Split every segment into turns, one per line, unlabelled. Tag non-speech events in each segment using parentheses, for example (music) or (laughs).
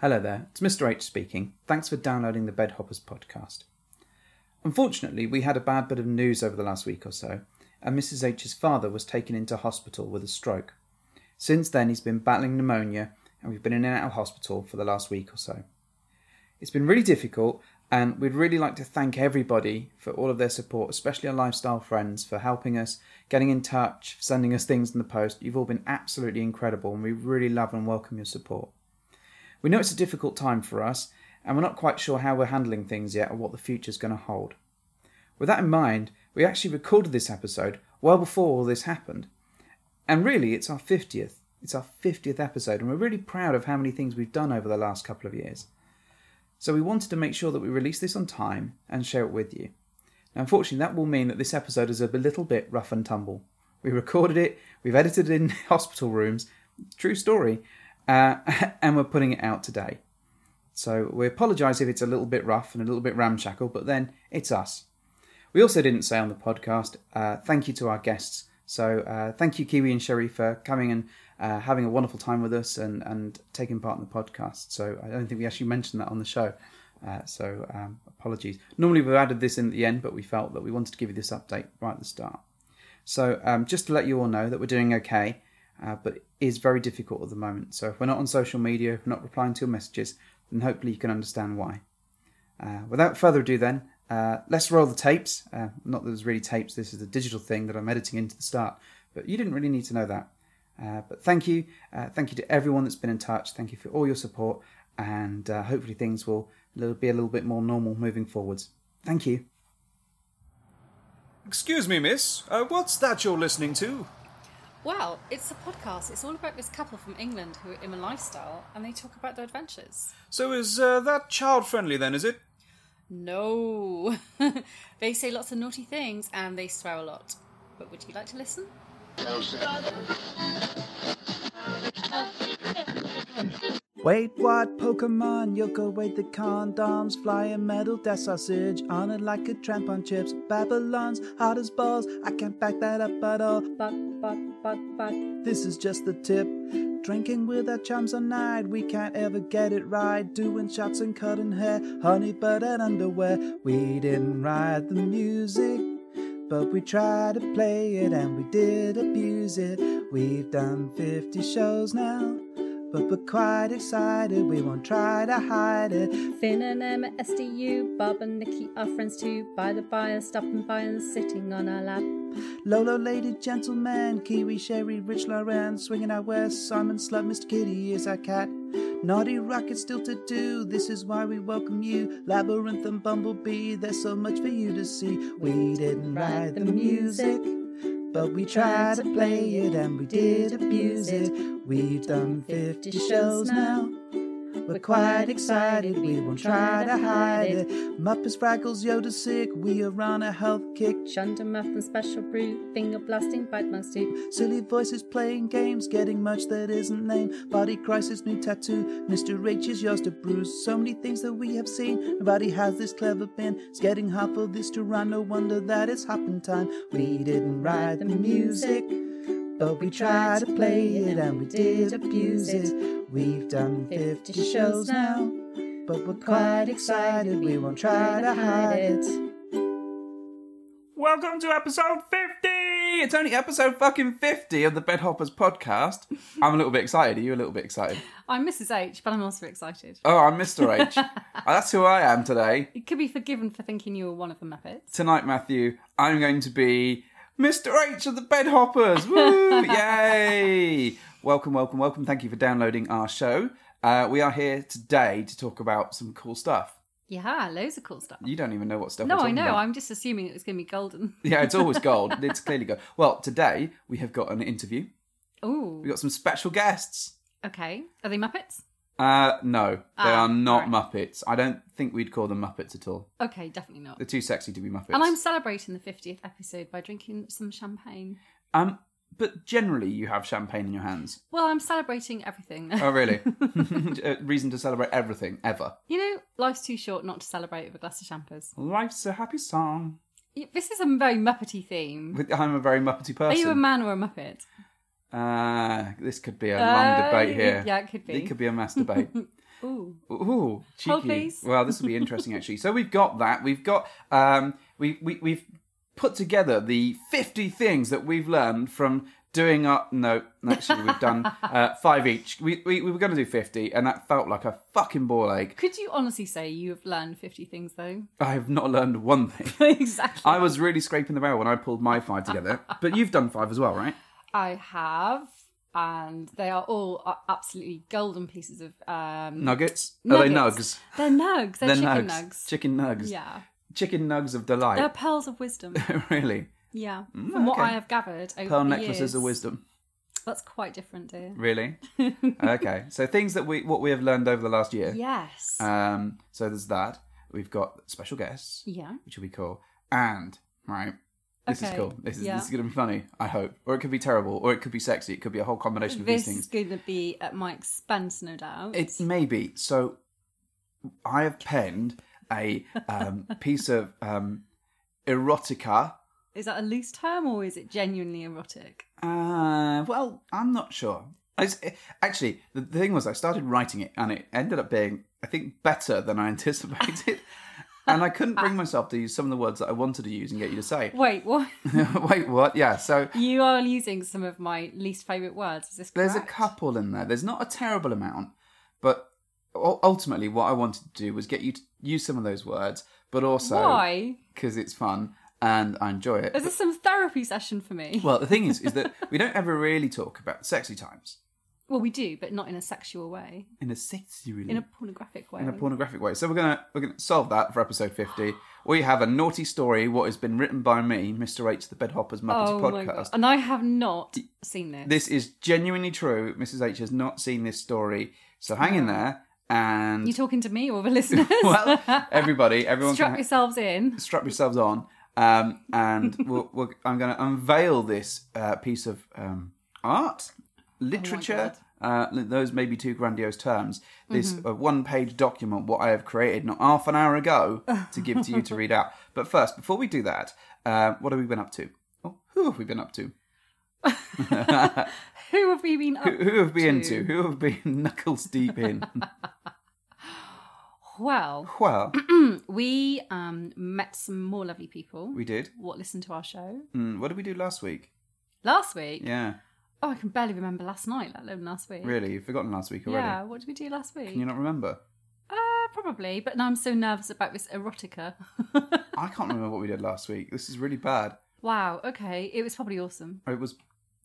Hello there, it's Mr. H speaking. Thanks for downloading the Bed Hoppers podcast. Unfortunately, we had a bad bit of news over the last week or so, and Mrs. H's father was taken into hospital with a stroke. Since then, he's been battling pneumonia, and we've been in and out of hospital for the last week or so. It's been really difficult, and we'd really like to thank everybody for all of their support, especially our lifestyle friends for helping us, getting in touch, sending us things in the post. You've all been absolutely incredible, and we really love and welcome your support. We know it's a difficult time for us, and we're not quite sure how we're handling things yet or what the future's going to hold. With that in mind, we actually recorded this episode well before all this happened. And really, it's our 50th. It's our 50th episode, and we're really proud of how many things we've done over the last couple of years. So we wanted to make sure that we release this on time and share it with you. Now, unfortunately, that will mean that this episode is a little bit rough and tumble. We recorded it, we've edited it in (laughs) hospital rooms, true story, uh, (laughs) and we're putting it out today. So we apologise if it's a little bit rough and a little bit ramshackle, but then it's us. We also didn't say on the podcast uh, thank you to our guests. So uh, thank you, Kiwi and Sherry, for coming and uh, having a wonderful time with us and, and taking part in the podcast. So I don't think we actually mentioned that on the show. Uh, so um, apologies. Normally we've added this in at the end, but we felt that we wanted to give you this update right at the start. So um, just to let you all know that we're doing okay, uh, but it is very difficult at the moment. So if we're not on social media, if we're not replying to your messages, then hopefully you can understand why. Uh, without further ado, then, uh, let's roll the tapes. Uh, not that there's really tapes, this is a digital thing that I'm editing into the start, but you didn't really need to know that. Uh, but thank you. Uh, thank you to everyone that's been in touch. Thank you for all your support, and uh, hopefully things will little- be a little bit more normal moving forwards. Thank you.
Excuse me, miss. Uh, what's that you're listening to?
Well, it's a podcast. It's all about this couple from England who are in a lifestyle and they talk about their adventures.
So is uh, that child friendly then, is it?
No. (laughs) they say lots of naughty things and they swear a lot. But would you like to listen?
Wait, what Pokemon? You'll go away the condoms. Flying metal death sausage. On it like a tramp on chips. Babylon's hot as balls. I can't back that up at all.
But, but, but, but.
This is just the tip. Drinking with our chums all night, we can't ever get it right. Doing shots and cutting hair, honey butter and underwear. We didn't write the music, but we tried to play it and we did abuse it. We've done 50 shows now, but we're quite excited. We won't try to hide it.
Finn and Emma, SDU, Bob and Nikki are friends too. By the by, stopping by and sitting on our lap.
Lolo, lady, gentleman, Kiwi, Sherry, Rich, Lauren, swinging out west. Simon, Slug, Mr. Kitty is our cat. Naughty Rocket still to do. This is why we welcome you, Labyrinth and Bumblebee. There's so much for you to see. We didn't write the music, but we tried to play it and we did abuse it. We've done 50 shows now. We're quite excited, we won't try to hide it. Muppets, Fraggles, Yoda, Sick, we are on a health kick.
Shundermuff and Special Brew, finger blasting, bite monks too.
Silly voices playing games, getting much that isn't name. Body crisis, new tattoo. Mr. H is yours to bruise. So many things that we have seen. Nobody has this clever been. It's getting hard for this to run. No wonder that it's hopping time. We didn't write the music, but we tried to play it and we did abuse it. We've done 50 shows now, but we're quite excited. We won't try to hide it. Welcome to episode 50! It's only episode fucking 50 of the Bed Hoppers podcast. I'm a little bit excited. Are you a little bit excited?
I'm Mrs. H, but I'm also excited.
Oh, I'm Mr.
(laughs)
H. That's who I am today.
You could be forgiven for thinking you were one of the Muppets.
Tonight, Matthew, I'm going to be Mr. H of the Bed Hoppers.
(laughs)
Woo! Yay! Welcome, welcome, welcome. Thank you for downloading our show. Uh, we are here today to talk about some cool stuff.
Yeah, loads of cool stuff.
You don't even know what stuff
No,
we're
I
talking
know.
about.
I'm just assuming it was going to be
(laughs)
golden.
Yeah, it's always
(laughs)
gold. It's clearly gold. Well, today we have got an interview.
Oh,
We've got some special guests.
okay. Are they Muppets?
Uh, no, they
Ah,
are not
right.
Muppets. I don't think we'd call them Muppets at all.
Okay, definitely not.
They're too sexy to be Muppets.
And I'm celebrating the 50th episode by drinking some champagne.
um, but generally you have champagne in your hands.
Well, I'm celebrating everything.
(laughs) Oh,
(laughs)
really? A Reason to celebrate everything ever.
you know, life's too short not to celebrate with a glass of champers.
Life's a happy song.
This is a very Muppety theme.
But I'm a very Muppety
Are you a
person.
man or a Muppet?
Ah, this could be a long
Uh,
debate here.
Yeah, it could be. (laughs)
It could be a mass debate.
Ooh.
Ooh, cheeky.
Hold, please.
Well, this will be interesting actually. So we've got that. We've got um, we, we we've put together the fifty things that we've learned from doing our no. Actually, we've done uh, five each. We, we we were going to do fifty, and that felt like a fucking ball ache.
Could you honestly say you have learned 50 things,
(laughs)
though?
I have not learned one thing. (laughs)
exactly.
I was really scraping the barrel when I pulled my five together, but you've done five as well, right?
I have, and they are all a- absolutely golden pieces of. Um,
Nuggets?
nuggets. They're nugs. They're,
Are they nugs? They're
chicken nugs.
nugs. Chicken nugs.
Yeah.
Chicken nugs of
They're
delight.
pearls of wisdom.
(laughs) really.
Yeah. From what
Mm, okay.
I have gathered over
Pearl
the
necklaces
years,
of wisdom.
That's quite different, dear. (laughs)
Really? okay. So things that we what we have learned over the last year.
Yes.
Um so there's that. We've got special guests,
yeah.
which will be cool. And right. This
Okay,
is cool. This is
yeah.
this is gonna be funny, I hope. Or it could be terrible, or it could be sexy, it could be a whole combination of
This
these things.
is going to be at my expense, no doubt.
It may be. So I have penned a um, piece of um, erotica.
Is that a loose term or is it genuinely erotic?
Uh, well, I'm not sure. I s actually, the, the thing was, I started writing it, and it ended up being, I think, better than I (laughs) anticipated. and I couldn't bring myself to use some of the words that I wanted to use and get you to say. (laughs)
Wait, what? (laughs)
Wait, what? Yeah. So
you are using some of my least favourite words. Is this correct?
there's a couple in there. There's not a terrible amount, but u- ultimately, what I wanted to do was get you to use some of those words, but also
Why?
because it's fun and I enjoy it.
Is this some therapy session for me? Well,
well, the thing is, is that we don't ever really talk about sexy times
we do, but not in a sexual way,
in a sexy, really,
in a pornographic way. Oh
in a pornographic way. So we're gonna we're gonna solve that for episode fifty. We have a naughty story, what has been written by me, Mister H, the Bedhoppers Muppets
oh my god!
podcast.
And I have not seen this.
This is genuinely true. Mrs H has not seen this story, so hang in there and
You talking to me or the listeners?
(laughs) well, everybody, everyone,
(laughs) Strap
can ha-
yourselves in.
strap yourselves on, um, and we'll, we'll, I'm going to unveil this uh, piece of um, art, literature. uh, li- those may be two grandiose terms. This uh, one-page document, what I have created not half an hour ago, to give to you to read out. But first, before we do that, uh, what have we been up to? Oh, who have we been up to?
Who have we been? Up?
Who, who have we been to? Who have been (laughs) knuckles deep in?
Well,
well,
we um, met some more lovely people.
we did.
What listened to our show
Mm, what did we do last week?
last week?
Yeah,
Oh, I can barely remember last night, let alone last week.
really, you've forgotten last week already.
Yeah. What did we do last week?
Can you not remember?
Uh, probably, but now I'm so nervous about this erotica. (laughs)
I can't remember what we did last week. This is really bad.
wow, okay. It was probably awesome.
It was,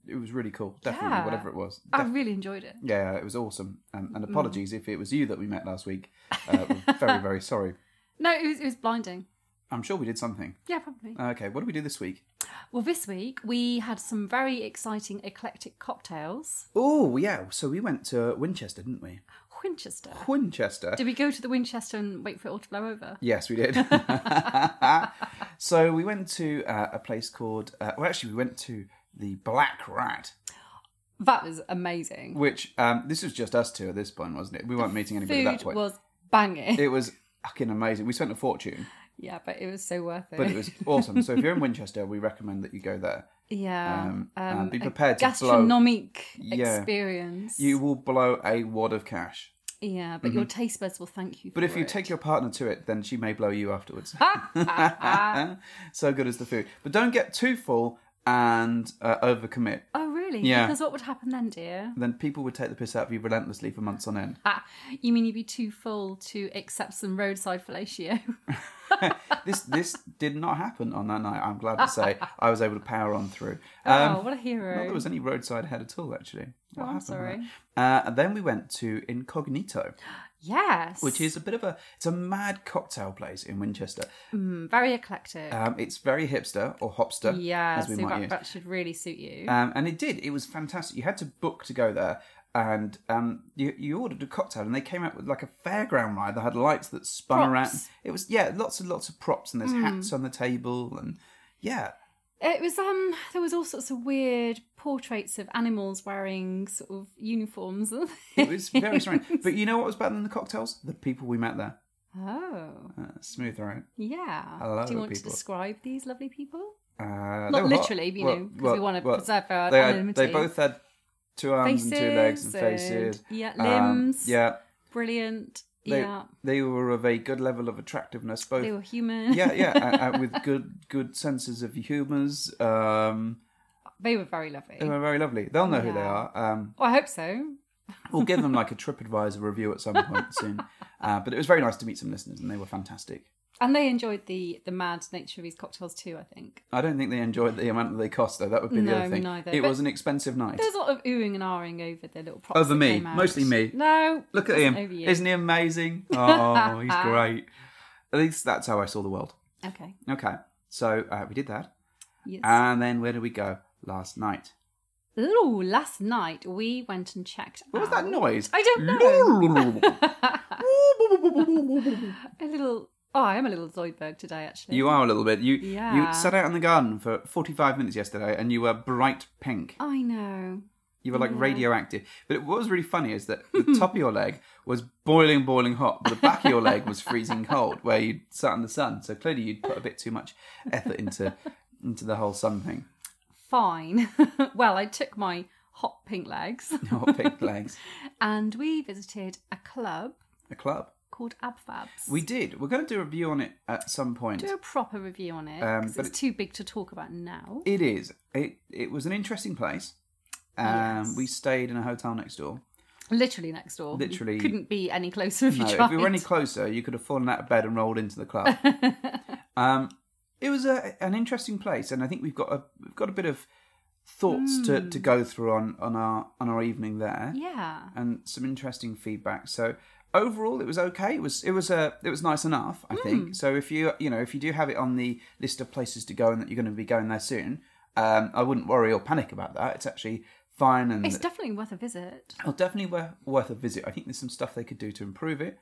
it was really cool. Definitely,
Yeah. Um,
whatever it was.
I
Def-
really enjoyed it.
yeah, it was awesome. Um,
Mm.
and apologies if it was you that we met last week. Uh, we're very,
(laughs)
very sorry.
No, it was, it was blinding.
I'm sure we did something.
Yeah, probably.
Okay, what do we do this week?
Well, this week we had some very exciting eclectic cocktails.
Oh yeah, so we went to Winchester, didn't we?
Winchester.
Winchester.
Did we go to the Winchester and wait for it all to blow over?
Yes, we
(laughs)
did. so we went to uh, a place called. Uh, well, actually, we went to the Black Rat,
That was amazing.
which um, this was just us two at this point, wasn't it? We weren't meeting anybody at that
Food
point.
was banging.
It was fucking amazing. We spent a fortune,
yeah, but it was so worth it.
but it
(laughs)
was awesome. So if you're in Winchester, we recommend that you go there.
yeah.
um, uh, be
a
prepared to blow-
gastronomic
Yeah.
experience.
You will blow a wad of cash.
yeah, but your taste buds will thank you.
But
for
if you
it.
take your partner to it, then she may blow you afterwards. (laughs) so good is the food. But don't get too full and uh, overcommit.
Oh, really?
Yeah.
Because what would happen then, dear?
Then people would take the piss out of you relentlessly for months on end.
Ah, you mean you'd be too full to accept some roadside fellatio? (laughs)
Um, This this did not happen on that night. I'm glad to (laughs) say I was able to power on through. Um,
oh, what a hero.
Not that there was any roadside head at all, actually. What
I'm
happened there?
sorry.
Uh, and then we went to Incognito,
Yes.
which is a bit of a it's a mad cocktail place in Winchester.
Mm, very eclectic.
Um, it's very hipster or hopster,
yeah,
as
so
we might
that,
use.
that should really suit you.
Um, and it did. It was fantastic. You had to book to go there, and um, you, you ordered a cocktail, and they came out with like a fairground ride that had lights that spun around.
Props.
It was yeah, lots and lots of props, and there's hats on the table, and yeah,
it was um there was all sorts of weird portraits of animals wearing sort of uniforms. (laughs)
it was very strange. But you know what was better than the cocktails? The people we met there.
oh.
Uh, smooth, right?
Yeah.
I love
Do you
the
want
people.
to describe these lovely people?
Uh,
Not
they were hot.
literally, but, you know, 'cause we wanna preserve our
they,
anonymity.
they both had two arms and two legs and
Faces and-
faces.
yeah,
Um,
limbs.
yeah,
Brilliant.
They,
yeah.
they were of a good level of attractiveness, both
They were human.
yeah, yeah, uh, uh, with good good senses of humours. Um,
(laughs) they were very lovely.
they were very lovely. They'll know who they
Yeah.
are. Um,
Well, I hope so.
we'll give them like a TripAdvisor review at some point
(laughs)
soon. Uh, but it was very nice to meet some listeners, and they were fantastic.
And they enjoyed the the mad nature of these cocktails too. I think
I don't think they enjoyed the amount that they cost, though. That would be the
No,
other thing.
neither.
It
But-
was an expensive night.
there was a lot of oohing and ahhing over the little props.
Over
that
me.
came out.
Mostly me.
No,
Look at
it
him!
wasn't Over you.
Isn't he
(laughs)
amazing? Oh, he's great. At least that's how I saw the world.
okay.
Okay, so uh, we did that,
Yes.
and then where did we go last night?
Ooh, last night we went and checked.
What was
out
that noise?
Um, I don't
know.
a little. Oh, I am a little Zoidberg today,
(laughs)
actually.
you are a little bit. You
Yeah.
you sat out in the garden for forty five minutes yesterday, and you were bright pink.
I know.
You were like radioactive. But what was really funny is
(laughs)
that the top of your leg was boiling, boiling hot, but the back of your leg was freezing cold, where you sat in the sun. So clearly, you'd put a bit too much effort into into the whole sun thing.
Fine. (laughs) well, I took my hot pink legs (laughs)
Your pink legs,
and we visited a club
a club.
called Abfabs.
We did. We're going to do a review on it at some point.
do a proper review on it
Um,
because
but
it's too big to talk about now.
It is. It it was an interesting place. Um,
Yes.
We stayed in a hotel next door.
Literally next door. You
Literally-
couldn't be any closer if you
No,
tried.
if we were
(laughs)
any closer, you could have fallen out of bed and rolled into the club. um, it was a, an interesting place, and I think we've got a we've got a bit of thoughts
Hmm.
to, to go through on, on our on our evening there, (laughs)
yeah.
and some interesting feedback. So overall, it was okay. It was it was a it was nice enough, I think. So if you you know if you do have it on the list of places to go and that you're going to be going there soon, um, I wouldn't worry or panic about that. It's actually fine and
It's definitely worth a visit.
well, definitely wor- worth a visit. I think there's some stuff they could do to improve it.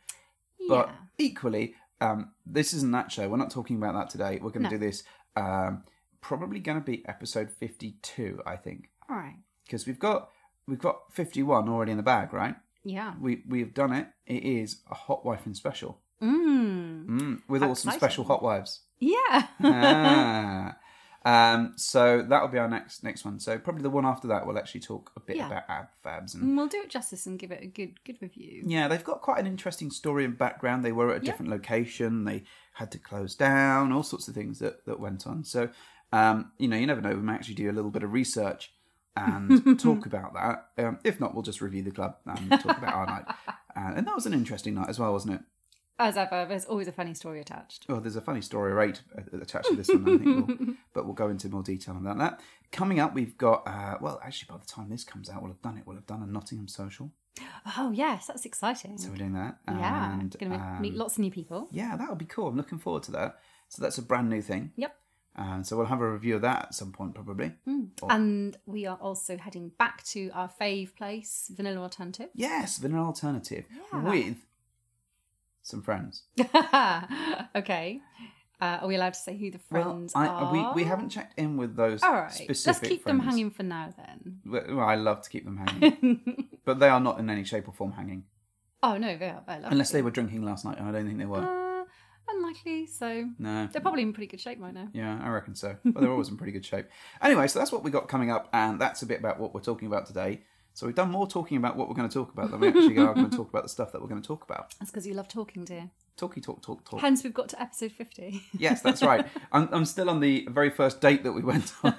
But
yeah.
equally, um, this isn't that show. We're not talking about that today. We're going to do
No.
this. Um, probably going to be episode 52, I think,
All right.
because we've got we've got 51 already in the bag, right?
Yeah.
We we've done it. It is a hot wife in special
Mm.
mm, with all some special hot wives.
Yeah. (laughs)
ah. Um, so that'll be our next next one. So probably the one after that, we'll actually talk a bit
Yeah.
about ab fabs and
Mm, we'll do it justice and give it a good good review.
Yeah, they've got quite an interesting story and background. They were at a different location. They had to close down. All sorts of things that, that went on. So, um, you know, you never know. We may actually do a little bit of research
(laughs)
and talk about that. Um, if not, we'll just review the club and talk about our night. Uh, and that was an interesting night as well, wasn't it?
As ever, there's always a funny story attached.
Well, there's a funny story right uh, attached to this one, I think,
(laughs)
we'll, but we'll go into more detail about that. Coming up, we've got, uh, well, actually, by the time this comes out, we'll have done it. We'll have done a Nottingham social.
Oh yes, that's exciting.
So we're doing that.
yeah,
And,
gonna
um,
meet lots of new people.
Yeah, that'll be cool. I'm looking forward to that. So that's a brand new thing.
Yep.
Um, so we'll have a review of that at some point, probably.
Oh.
Or-
And we are also heading back to our fave place, Vanilla Alternative. (laughs)
yes, vanilla alternative
Yeah.
with some friends.
okay. Uh, are we allowed to say who the friends
well,
are?
I, uh, we, we haven't checked in with those
All right.
specific
Let's keep them
friends.
hanging for now then.
Well, well, I love to keep them hanging,
(laughs)
but they are not in any shape or form hanging,
Oh no, they are. They're lovely.
unless they were drinking last night, and I don't think they were.
Uh, unlikely. So
no,
they're probably in pretty good shape right now.
Yeah, I reckon so. But they're always in pretty good shape. Anyway, so that's what we got coming up, and that's a bit about what we're talking about today. So we've done more talking about what we're going to talk about than we actually are going to talk about the stuff that we're going to talk about.
That's because you love talking, dear.
Talky, talk, talk, talk.
(laughs) Hence, we've got to episode fifty. (laughs)
Yes, that's right. I'm, I'm still on the very first date that we went on.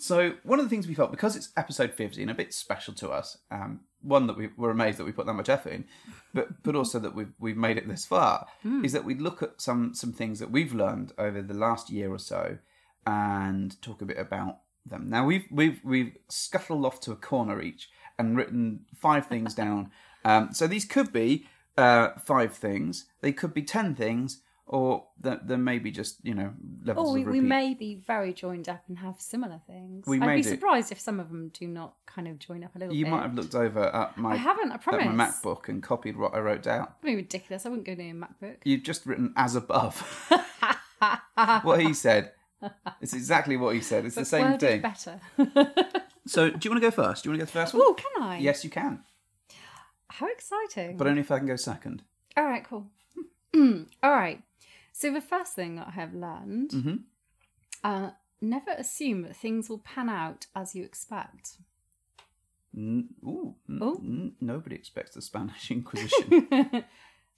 So one of the things we felt because it's episode 50 and a bit special to us, um, one that we were amazed that we put that much effort in, but but also that we've we've made it this far,
Hmm.
is that we look at some some things that we've learned over the last year or so, and talk a bit about them. Now we've we've we've scuttled off to a corner each and written five
(laughs)
things down. Um, so these could be uh, five things, they could be ten things, or th- there may be just you know levels
Or Oh, we,
of
we
repeat.
may be very joined up and have similar things.
We
I'd
may
be
do.
surprised if some of them do not kind of join up a little
You
bit.
might have looked over at my
I haven't. I promise.
at my MacBook and copied what I wrote down.
That'd be ridiculous. I wouldn't go near a MacBook.
You've just written as above. what he said. It's exactly what he said. It's the same
Word
thing. (laughs)
Is better. (laughs)
So, do you want to go first? Do you want to go first? One?
oh, can I?
Yes, you can,
How exciting!
but only if I can go second.
All right, cool. (clears throat) All right. So the first thing that I have learned:
Mhm.
uh, never assume that things will pan out as you expect.
Ooh, n-
Ooh.
n- nobody expects the Spanish (laughs) Inquisition.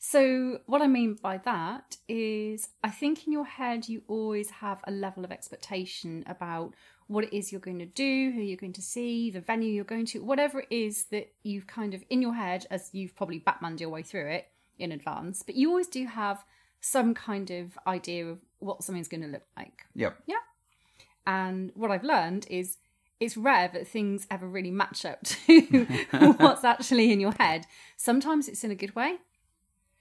So, what I mean by that is, I think in your head, you always have a level of expectation about what it is you're going to do, who you're going to see, the venue you're going to, whatever it is that you've kind of in your head, as you've probably Batmaned your way through it in advance, but you always do have some kind of idea of what something's going to look like.
yep.
And what I've learned is it's rare that things ever really match up
(laughs)
(laughs) to what's actually in your head. Sometimes it's in a good way,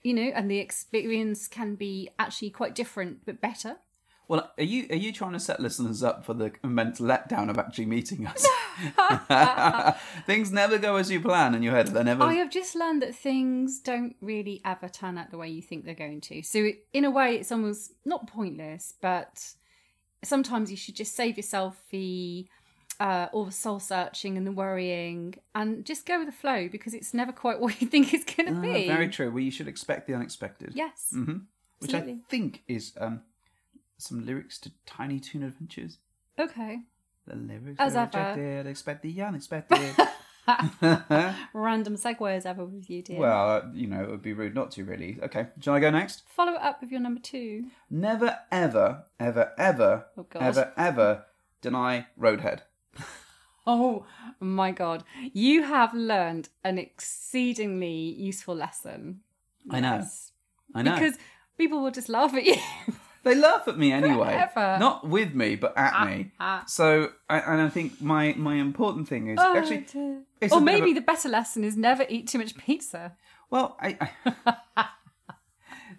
you know, and the experience can be actually quite different but better.
Well, are you are you trying to set listeners up for the immense letdown of actually meeting us? (laughs) Things never go as you plan in your head. They never.
I have just learned that things don't really ever turn out the way you think they're going to. So, it, in a way, it's almost not pointless, but sometimes you should just save yourself the uh, all the soul searching and the worrying, and just go with the flow because it's never quite (laughs) what you think it's going to
Ah,
be.
very true. Well, you should expect the unexpected.
Yes.
which I
absolutely.
think is um, some lyrics to Tiny Toon Adventures.
Okay.
The lyrics
As uh,
were
ever.
rejected, expect the
(laughs)
unexpected.
Random segue as ever with you, dear.
well, uh, you know, it would be rude not to, really. Okay, shall I go next?
Follow it up with your number two.
Never, ever, ever, ever,
Oh, God.
ever, ever deny Roadhead.
Oh my god. You have learned an exceedingly useful lesson.
I know.
Yes.
I know.
Because people will just laugh at (laughs) you.
They laugh at me anyway.
Forever.
Not with me, but at me.
ah.
So, I, and I think my, my important thing is actually,
Oh, dear.
it's
or
a bit of
maybe
a-
the better lesson is never eat too much pizza.
well, I, I (laughs)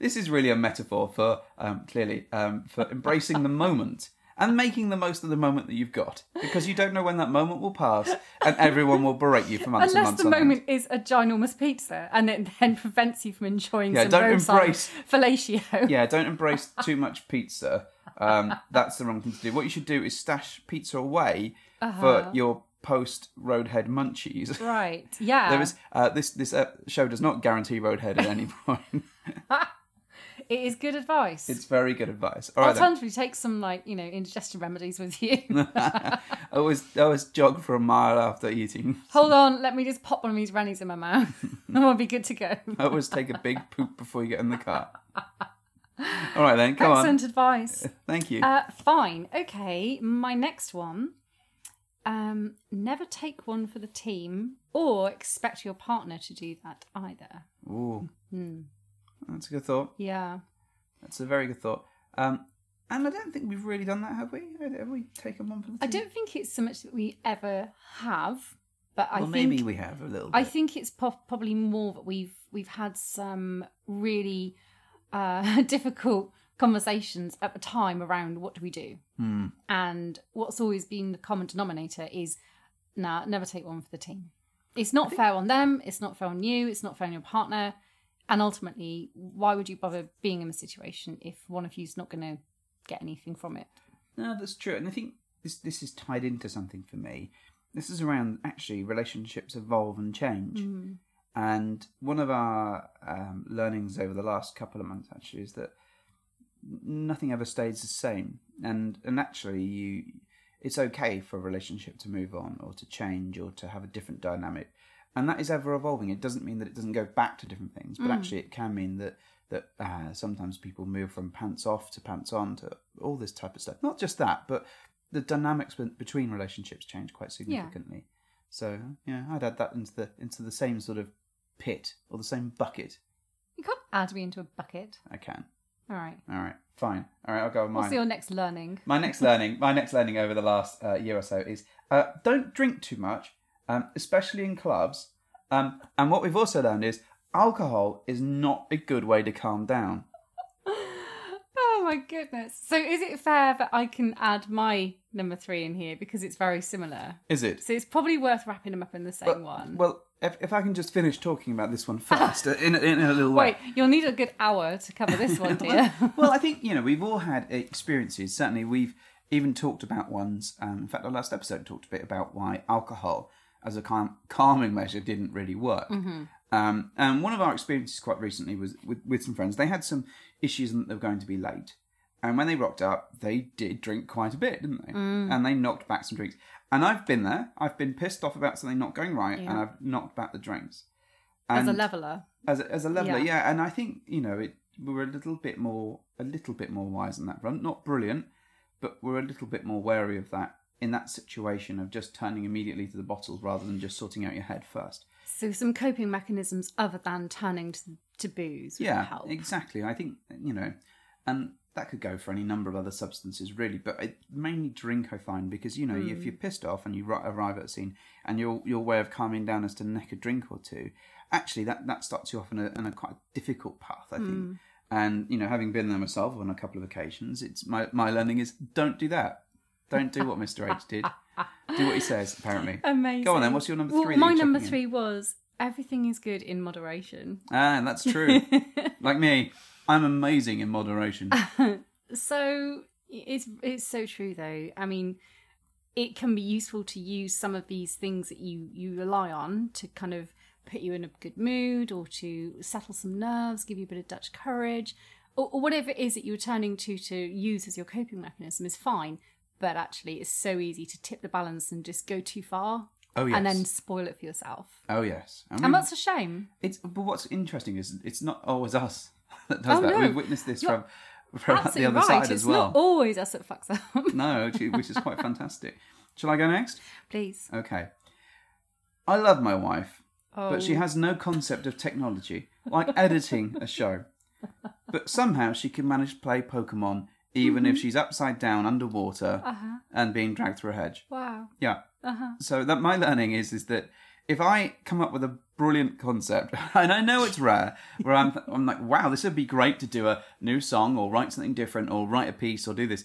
this is really a metaphor for um, clearly um, for embracing the moment and making the most of the moment that you've got because you don't know when that moment will pass and everyone will berate you for months and
Unless
months
the
on end.
moment is a ginormous pizza and it then prevents you from enjoying
Yeah,
some
don't
roadside
embrace-
fellatio.
Yeah, don't embrace too much pizza. Um, that's the wrong thing to do. What you should do is stash pizza away for your post roadhead munchies.
Uh-huh. Right. Yeah.
There is uh, this this uh, show does not guarantee roadhead at any (laughs) point.
It is good advice.
it's very good advice. All right, then.
Alternatively, take some like you know indigestion remedies with you.
I always I always jog for a mile after eating. (laughs)
Hold on, let me just pop one of these rennies in my mouth, and we'll be good to go.
I always take a big poop before you get in the car. All right then, come
Excellent advice.
on. Thank you.
Uh, fine. Okay. My next one. Um, never take one for the team, or expect your partner to do that either.
Ooh,
hmm.
that's a good thought.
Yeah.
That's a very good thought. Um, and I don't think we've really done that, have we? Have we taken one for the
I
team?
don't think it's so much that we ever have, but I
well,
think
maybe we have a little. Bit.
I think it's po- probably more that we've we've had some really uh, (laughs) difficult conversations at the time around what do we do, and what's always been the common denominator is, nah, never take one for the team. It's not fair on them. It's not fair on you. It's not fair on your partner. And ultimately, why would you bother being in a situation if one of you's not going to get anything from it?
No, that's true, and I think this this is tied into something for me. This is around actually relationships evolve and change,
Hmm.
and one of our um, learnings over the last couple of months actually is that nothing ever stays the same, and and actually you. It's okay for a relationship to move on or to change or to have a different dynamic. And that is ever evolving. It doesn't mean that it doesn't go back to different things, but actually it can mean that that uh, sometimes people move from pants off to pants on to all this type of stuff. Not just that, but the dynamics be- between relationships change quite significantly. So yeah, I'd add that into the into the same sort of pit or the same bucket.
You can't add me into a bucket.
I can.
All right.
All right, fine. All right, I'll go with mine.
What's your next learning?
My next learning, my next learning over the last uh, year or so is uh, don't drink too much, um, especially in clubs. Um, and what we've also learned is alcohol is not a good way to calm down.
Oh my goodness. So is it fair that I can add my number three in here because it's very similar?
Is it?
So it's probably worth wrapping them up in the same
But-
one.
Well, if, if I can just finish talking about
(laughs)
this one first, uh, in, a- in a little way.
Wait, you'll need a good hour to cover this
(laughs)
one, dear. (laughs)
well, I think you know we've all had experiences. Certainly, we've even talked about ones. Um, in fact, our last episode talked a bit about why alcohol as a calm, calming measure didn't really work.
Mm-hmm.
Um, and one of our experiences quite recently was with, with some friends. They had some issues and they were going to be late, And when they rocked up, they did drink quite a bit, didn't they?
Mm.
And they knocked back some drinks. And I've been there. I've been pissed off about something not going right, and
Yeah.
I've knocked back the drinks.
as a
And-
leveler.
as a, as a leveler, yeah.
Yeah.
And I think you know it. We were a little bit more, a little bit more wise on that front. Not brilliant, but we're a little bit more wary of that in that situation of just turning immediately to the bottles rather than just sorting out your head first.
So some coping mechanisms other than turning to, to booze would
yeah,
help.
exactly. I think you know, and that could go for any number of other substances really, but it, mainly drinkothine because you know
Hmm.
if you're pissed off and you ri- arrive at a scene and your your way of calming down is to neck a drink or two, actually that that starts you off on a, on a quite difficult path. I
Hmm.
think. And you know, having been there myself on a couple of occasions, it's my my learning is don't do that. Don't
(laughs)
do what Mr H did. Do what he says. Apparently,
Amazing.
Go on then. What's your number
Well,
three? that
my
you're
number
chucking in?
three was everything is good in moderation.
Ah, that's true. like me, I'm amazing in
(laughs)
moderation.
So it's it's so true though. I mean, it can be useful to use some of these things that you you rely on to kind of put you in a good mood or to settle some nerves, give you a bit of Dutch courage, or, or whatever it is that you're turning to to use as your coping mechanism is fine. But actually, it's so easy to tip the balance and just go too far
Oh yes.
and then spoil it for yourself.
oh yes. I mean,
And that's a shame.
it's but what's interesting is it's not always us (laughs) that does
Oh,
that.
no.
We've witnessed this
You're
from from (laughs) the
Absolutely
other
right.
side
it's
as well.
not always us that fucks up. (laughs)
no, which is- which is quite fantastic. (laughs) Shall I go next?
Please.
Okay. I love my wife,
Oh.
but she has no concept of technology, like editing a show. But somehow she can manage to play Pokemon even
Mm-hmm.
if she's upside down underwater
Uh-huh.
and being dragged through a hedge.
Wow.
Yeah.
Uh-huh.
So that my learning is is that if I come up with a brilliant concept, (laughs) and I know it's rare, where I'm (laughs) I'm like, wow, this would be great to do a new song or write something different or write a piece or do this.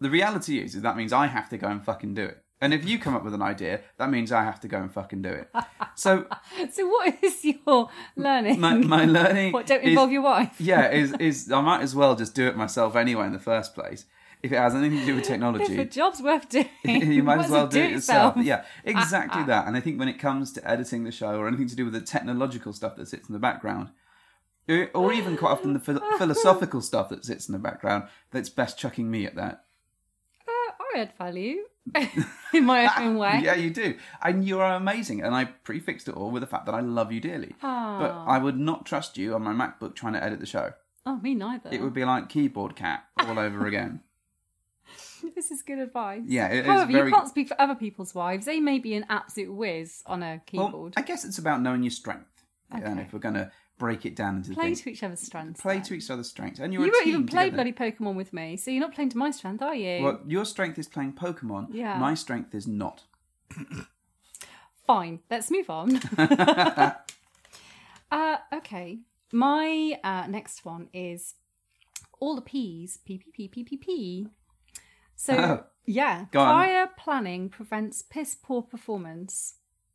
The reality is, is that means I have to go and fucking do it. And if you come up with an idea, that means I have to go and fucking do it.
(laughs)
So
So what is your learning?
my,
(laughs)
my learning
what don't
is-
involve your wife?
yeah, is is I might as well just do it myself anyway in the first place. If it has anything to
(laughs)
do with
If
technology,
the job's worth doing,
(laughs) you might as well do it yourself.
yourself. (laughs)
Yeah, exactly that. And I think when it comes to editing the show or anything to do with the technological stuff that sits in the background, or or even quite often the
(laughs)
phil- philosophical stuff that sits in the background, that's best chucking me at that.
Uh, I add value
(laughs)
(laughs) in my own way.
Ah, Yeah, you do. And you are amazing. And I prefixed it all with the fact that I love you dearly. But I would not trust you on my MacBook trying to edit the show.
Ah, Oh, me neither.
It would be like keyboard cat all over again.
(laughs) This is good advice.
Yeah, it is
However,
very-
you can't speak for other people's wives. They may be an absolute whiz on a
Well,
keyboard.
I guess it's about knowing your strength. And
Okay.
if we're going to break it down into
play
things.
to each other's strengths.
play
then.
to each other's strengths, and
You
you're a
won't
team
even play
together.
bloody Pokemon with me, so you're not playing to my strength, are you?
Well, your strength is playing Pokemon.
Yeah.
My strength is not.
Fine, let's
(laughs)
move on. uh, okay, my uh, next one is all the P's. P P P P P P. So
Oh.
yeah,
Go on.
prior planning prevents piss poor performance,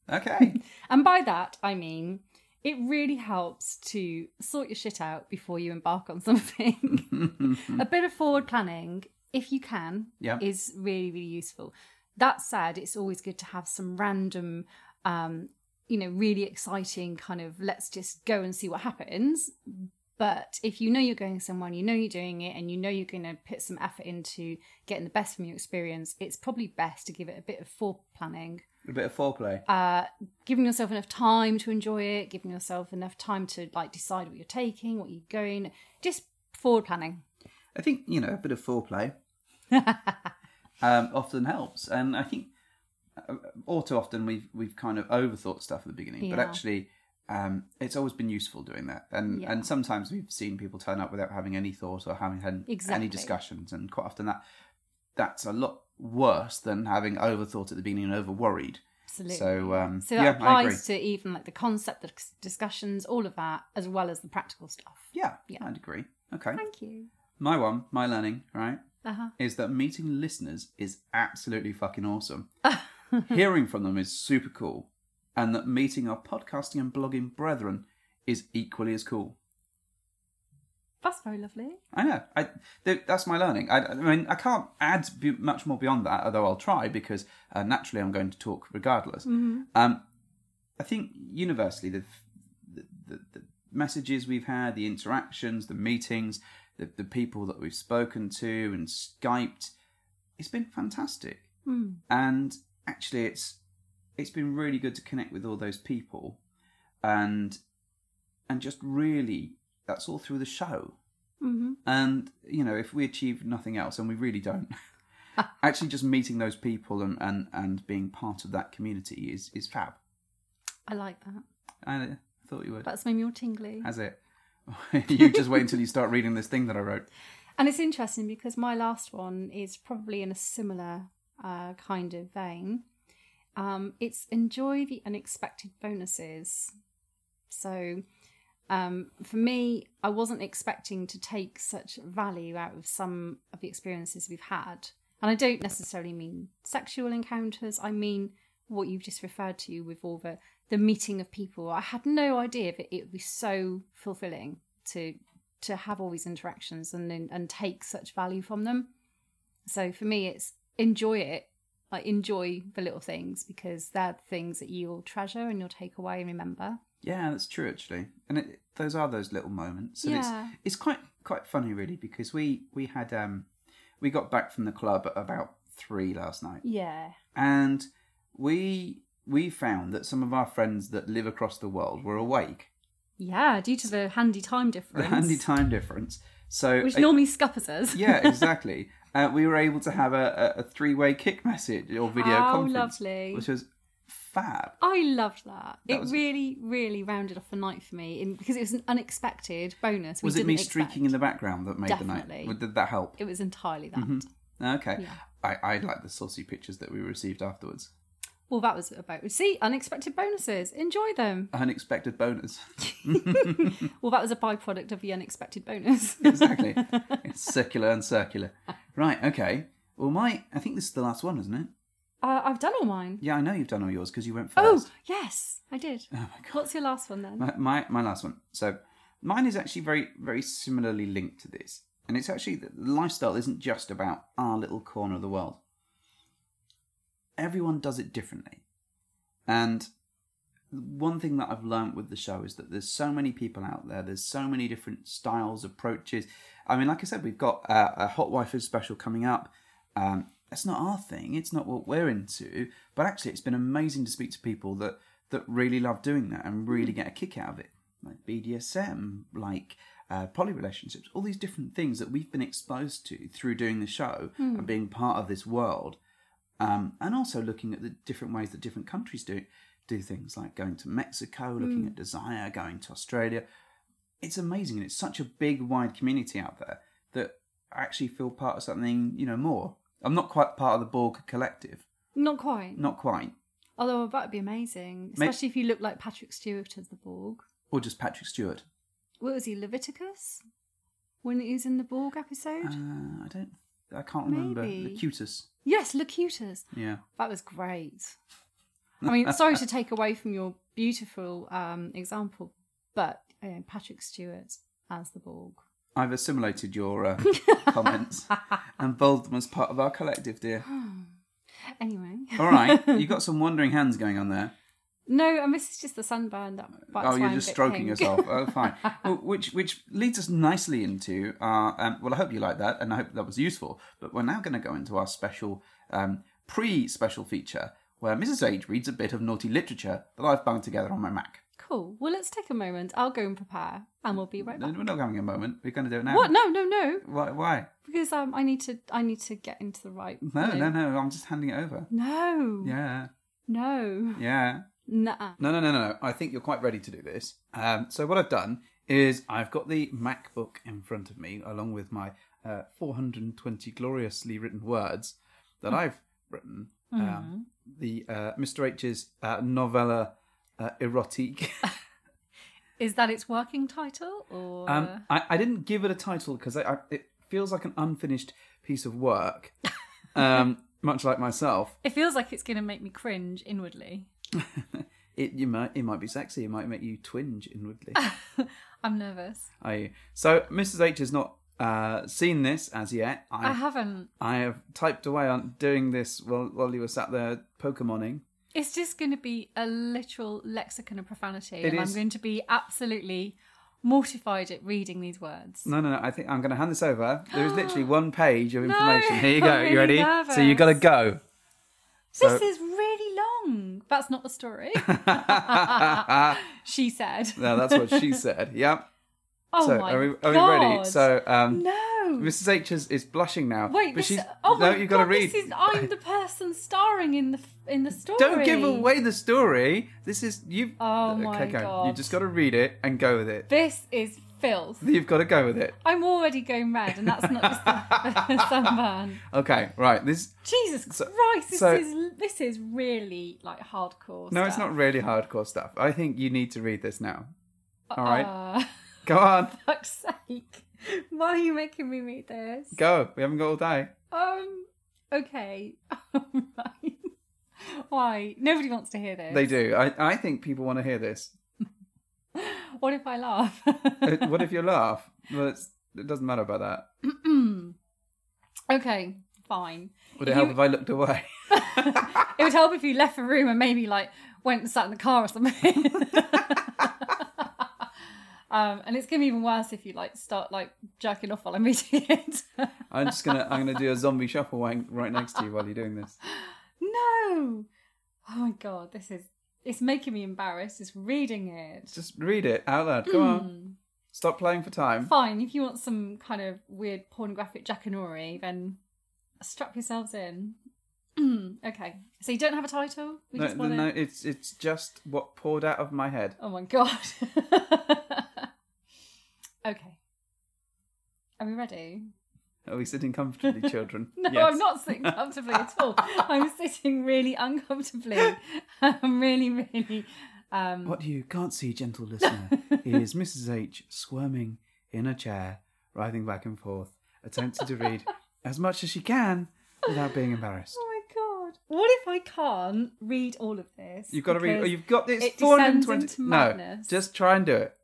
Okay.
(laughs) and by that I mean it really helps to sort your shit out before you embark on (laughs) something. a bit of forward planning, if you can,
Yeah.
is really, really useful. That said, it's always good to have some random, um, you know, really exciting kind of let's just go and see what happens. But if you know you're going somewhere, and you know you're doing it, and you know you're going to put some effort into getting the best from your experience, it's probably best to give it a bit of fore planning
a bit of foreplay.
uh, giving yourself enough time to enjoy it, giving yourself enough time to like decide what you're taking, what you're going, just forward planning.
I think you know a bit of
(laughs)
foreplay um, often helps, and I think uh, all too often we've we've kind of overthought stuff at the beginning, but
Yeah.
actually. Um, it's always been useful doing that, and
Yeah.
and sometimes we've seen people turn up without having any thought or having had any
Exactly.
discussions, and quite often that that's a lot worse than having overthought at the beginning and over worried.
Absolutely.
So, um,
so that
yeah, I agree.
applies to even like the concept, the c- discussions, all of that, as well as the practical stuff.
Yeah,
Yeah.
I'd agree. Okay.
Thank you.
My one, my learning, right,
Uh huh.
is that meeting listeners is absolutely fucking
(laughs)
awesome. Hearing from them is super cool. And that meeting our podcasting and blogging brethren is equally as cool.
That's very lovely.
I know. I th- that's my learning. I, I mean, I can't add be- much more beyond that, although I'll try because uh, naturally I'm going to talk regardless. Um, I think universally the, the the the messages we've had, the interactions, the meetings, the, the people that we've spoken to and Skyped. It's been fantastic.
Hmm.
And actually, it's it's been really good to connect with all those people, and and just really that's all through the show.
Mm-hmm.
And you know, if we achieve nothing else, and we really don't, actually just meeting those people and, and, and being part of that community is, is fab.
I like that.
And I thought you would.
That's made me all tingly.
Has it? (laughs) you just wait until you start reading this thing that I wrote.
And it's interesting because my last one is probably in a similar uh, kind of vein. Um, it's enjoy the unexpected bonuses. So um, for me, I wasn't expecting to take such value out of some of the experiences we've had. And I don't necessarily mean sexual encounters, I mean what you've just referred to with all the, the meeting of people. I had no idea that it would be so fulfilling to to have all these interactions and then- and take such value from them. So for me, it's enjoy it. Like enjoy the little things because they're the things that you'll treasure and you'll take away and remember.
Yeah, that's true actually, and it, those are those little moments. And
Yeah.
it's it's quite quite funny really because we we had um we got back from the club at about three last night,
Yeah.
and we we found that some of our friends that live across the world were awake,
Yeah, due to the handy time
the
difference.
handy time difference. So
Which
it-
normally scuppers us.
yeah, exactly. Uh, we were able to have a, a, a three-way kick message or video
How
conference,
Oh, lovely.
which was fab.
(laughs) I loved that.
That
it
was-
really, really rounded off the night for me in, because it was an unexpected bonus. We
Was it
didn't
me
expect.
streaking in the background that made the
Definitely.
night? Did that help?
It was entirely that.
Mm-hmm. Okay.
Yeah.
I, I like the saucy pictures that we received afterwards.
Well, that was about. See, unexpected bonuses. Enjoy them.
Unexpected bonus. (laughs) Mm.
Well, that was a byproduct of the unexpected bonus.
exactly. it's circular and circular. Right, okay. Well, my, I think this is the last one, isn't it?
Uh, I've done all mine.
Yeah, I know you've done all yours because you went
Oh,
first. Oh,
yes, I did.
my God.
What's your last one then?
My, my, my last one. So mine is actually very, very similarly linked to this. And it's actually that lifestyle isn't just about our little corner of the world. Everyone does it differently. And one thing that I've learnt with the show is that there's so many people out there. There's so many different styles, approaches. I mean, like I said, we've got uh, a Hot Wifers special coming up. Um, that's not our thing. It's not what we're into. But actually, it's been amazing to speak to people that that really love doing that and really get a kick out of it, like BDSM, like uh, poly relationships, all these different things that we've been exposed to through doing the show and being part of this world um, and also looking at the different ways that different countries do do things, like going to Mexico, looking at Desire, going to Australia. It's amazing, and it's such a big, wide community out there that I actually feel part of something, you know, more. I'm not quite part of the Borg collective,
Not quite.
not quite,
Although that would be amazing,
May-
especially if you look like Patrick Stewart as the Borg.
or just Patrick Stewart.
What was he, Leviticus? When he was in the Borg
Uh,
episode?
I don't, I can't remember the
Maybe.
cutest.
yes, Locutus.
Yeah,
That was great. I mean,
(laughs)
sorry to take away from your beautiful um, example, but you know, Patrick Stewart as the Borg.
I've assimilated your
(laughs)
uh, comments and bold them as part of our collective, dear.
Anyway. (laughs)
All right, you've got some wandering hands going on there.
No, and this is just the sunburn. That, that's
oh,
why
you're
I'm a
just
bit
stroking
pink.
yourself. Oh, fine. well, which which leads us nicely into our. Um, well, I hope you like that, and I hope that was useful. But we're now going to go into our special um, pre-special feature where Mrs. H reads a bit of naughty literature that I've bunged together on my Mac.
Cool. Well, let's take a moment. I'll go and prepare, and we'll be right
No,
back.
We're not having a moment. We're going to do it now.
What? No, no, no.
Why? why?
Because um, I need to. I need to get into the right.
No,
you
no,
know.
no. I'm just handing it over.
No.
Yeah,
No.
yeah.
Nah.
No, no, no, no, no. I think you're quite ready to do this. Um, so what I've done is I've got the MacBook in front of me, along with my uh, 420 gloriously written words that I've written. Um, the uh, Mr. H's uh, novella uh, erotique.
Is that its working title or?
Um, I, I didn't give it a title because I, I, it feels like an unfinished piece of work, um, much like myself.
It feels like it's going to make me cringe inwardly.
It you might it might be sexy. It might make you twinge inwardly.
I'm nervous.
Are you? So Mrs. H has not uh, seen this as yet. I,
I haven't.
I have typed away on doing this while while you were sat there Pokemoning.
It's just going to be a literal lexicon of profanity,
It
and
is-
I'm going to be absolutely mortified at reading these words.
No, no, no. I think I'm going to hand this over. There is
(gasps)
literally one page of information. Here you go.
I'm
you
really
ready? So you got to
nervous.
go. So-
This is really long. That's not
(laughs)
the story. (laughs) she said.
No, that's what she
(laughs)
said. Yep.
Oh
so
my
are we, are
god.
we ready? So um,
no.
Mrs H is, is blushing now.
Wait,
but
this,
she's
oh
no.
my
You've
god,
got to read.
This is, I'm the person starring in the f- in the story.
(laughs) Don't give away the story. This is you.
Oh my
okay, go. You
God.
just got to read it and go with it.
This is filth.
You've got to go with it.
I'm already going red, and that's not the
(laughs)
sunburn.
Okay, right. This
Jesus
So-
Christ, this
so-
is this is really like hardcore.
no, it's
stuff.
not really hardcore stuff. I think you need to read this now. All right,
Uh, (laughs)
go on,
fuck's sake! Why are you making me read this?
go. We haven't got all day.
Um. Okay. (laughs) Alright. Why? Nobody wants to hear this.
They do. I, I think people want to hear this.
What if I laugh? (laughs)
Uh, what if you laugh? Well, it's, it doesn't matter about that.
okay. Fine.
Would it
You-
help if I looked away? (laughs)
It would help if you left the room and maybe like went and sat in the car or something. (laughs) um, and it's gonna be even worse if you like start like jerking off while I'm reading it. (laughs)
I'm just gonna I'm gonna do a zombie shuffle wank right next to you while you're doing this.
no. Oh my god, this is it's making me embarrassed. Just reading it.
Just read it out loud. Go
Hmm.
on. Stop playing for time.
Fine. If you want some kind of weird pornographic jackanory, then strap yourselves in. (clears throat) okay. So you don't have a title. We
No,
just want
no, it's it's just what poured out of my head.
Oh my god. (laughs) okay. Are we ready? (laughs)
Are we sitting comfortably, children?
No, I'm not sitting comfortably at all.
(laughs)
I'm sitting really uncomfortably. I'm really, really. Um,
What you can't see, gentle
(laughs)
listener, is Mrs. H squirming in a chair, writhing back and forth, attempting to read as much as she can without being embarrassed.
oh my god. What if I can't read all of this?
You've got to read.
Because
You've got this.
it descends
420.
into
no,
madness.
just try and do it.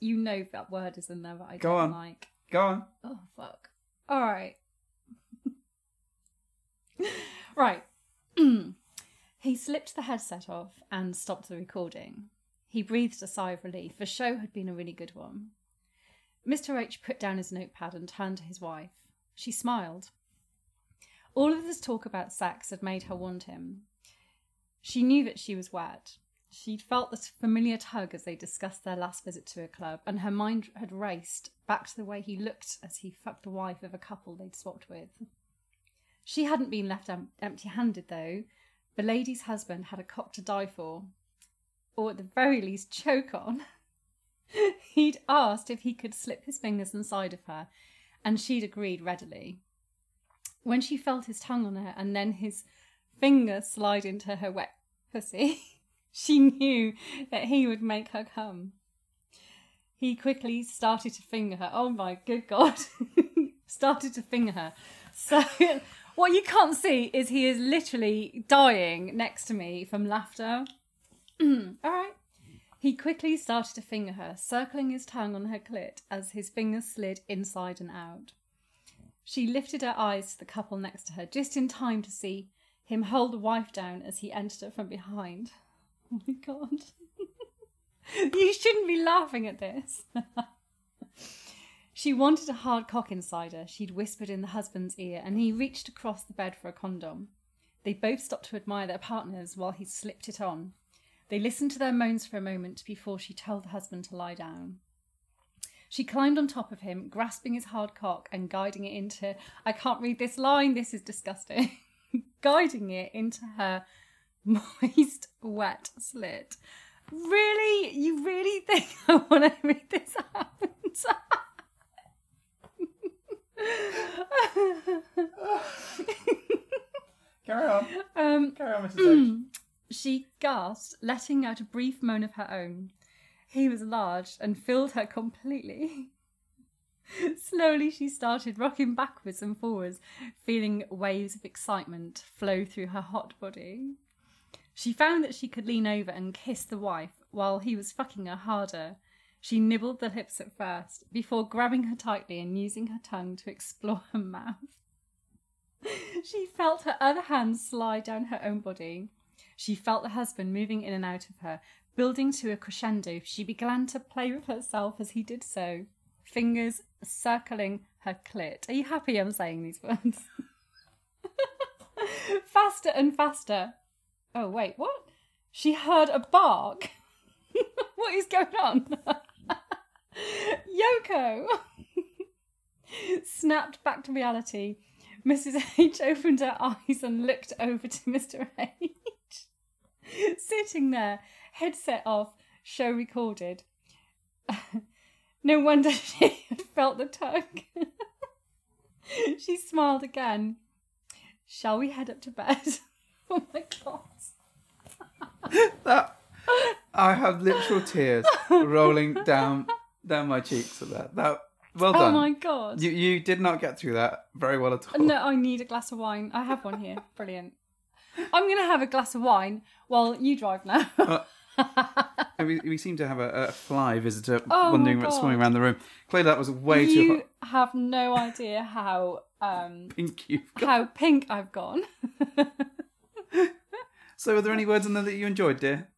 You know that word is in there that I
Go
don't
on.
like.
Go on.
Oh fuck. All right. (laughs) right. (clears throat) he slipped the headset off and stopped the recording. He breathed a sigh of relief. The show had been a really good one. Mr. H put down his notepad and turned to his wife. She smiled. All of this talk about sex had made her want him. She knew that she was wet. She'd felt this familiar tug as they discussed their last visit to a club, and her mind had raced back to the way he looked as he fucked the wife of a couple they'd swapped with. She hadn't been left em- empty handed, though. The lady's husband had a cock to die for, or at the very least, choke on. (laughs) He'd asked if he could slip his fingers inside of her, and she'd agreed readily. When she felt his tongue on her and then his finger slide into her wet pussy, (laughs) she knew that he would make her come. He quickly started to finger her. Oh my good God. (laughs) started to finger her. So, (laughs) what you can't see is he is literally dying next to me from laughter. (clears throat) All right. He quickly started to finger her, circling his tongue on her clit as his fingers slid inside and out. She lifted her eyes to the couple next to her just in time to see him hold the wife down as he entered her from behind. (laughs) Oh my god. you shouldn't be laughing at this. (laughs) she wanted a hard cock inside her, she'd whispered in the husband's ear, and he reached across the bed for a condom. They both stopped to admire their partners while he slipped it on. They listened to their moans for a moment before she told the husband to lie down. She climbed on top of him, grasping his hard cock and guiding it into. I can't read this line, this is disgusting. (laughs) guiding it into her moist, (laughs) wet slit. Really? You really think (laughs) I want to read this out?
Carry on.
um,
Carry on, Mrs. H.
She gasped, letting out a brief moan of her own. He was large and filled her completely. (laughs) Slowly she started rocking backwards and forwards, feeling waves of excitement flow through her hot body. She found that she could lean over and kiss the wife while he was fucking her harder. She nibbled the lips at first, before grabbing her tightly and using her tongue to explore her mouth. (laughs) she felt her other hand slide down her own body. She felt the husband moving in and out of her, Building to a crescendo, she began to play with herself as he did so, fingers circling her clit. Are you happy I'm saying these words? (laughs) faster and faster. Oh, wait, what? She heard a bark. (laughs) what is going on? (laughs) Yoko! (laughs) Snapped back to reality. Mrs. H (laughs) opened her eyes and looked over to Mr. H. (laughs) Sitting there, headset off, show recorded. (laughs) no wonder (laughs) she had felt the tug. (laughs) she smiled again. Shall we head up to bed? (laughs) oh my god.
That I have literal tears rolling down down my cheeks at that. That well
Oh
done.
my god.
You you did not get through that very well at all.
No, I need a glass of wine. I have
(laughs)
one here. Brilliant. I'm going to have a glass of wine while you drive now.
And we, we seem to have a, a fly visitor
Oh my
wandering
God.
swimming around the room. Clearly, that was way
(laughs)
too
you
hot.
have no idea how um
Pink you've got.
how pink I've gone.
So, are there any words in there that you enjoyed, dear?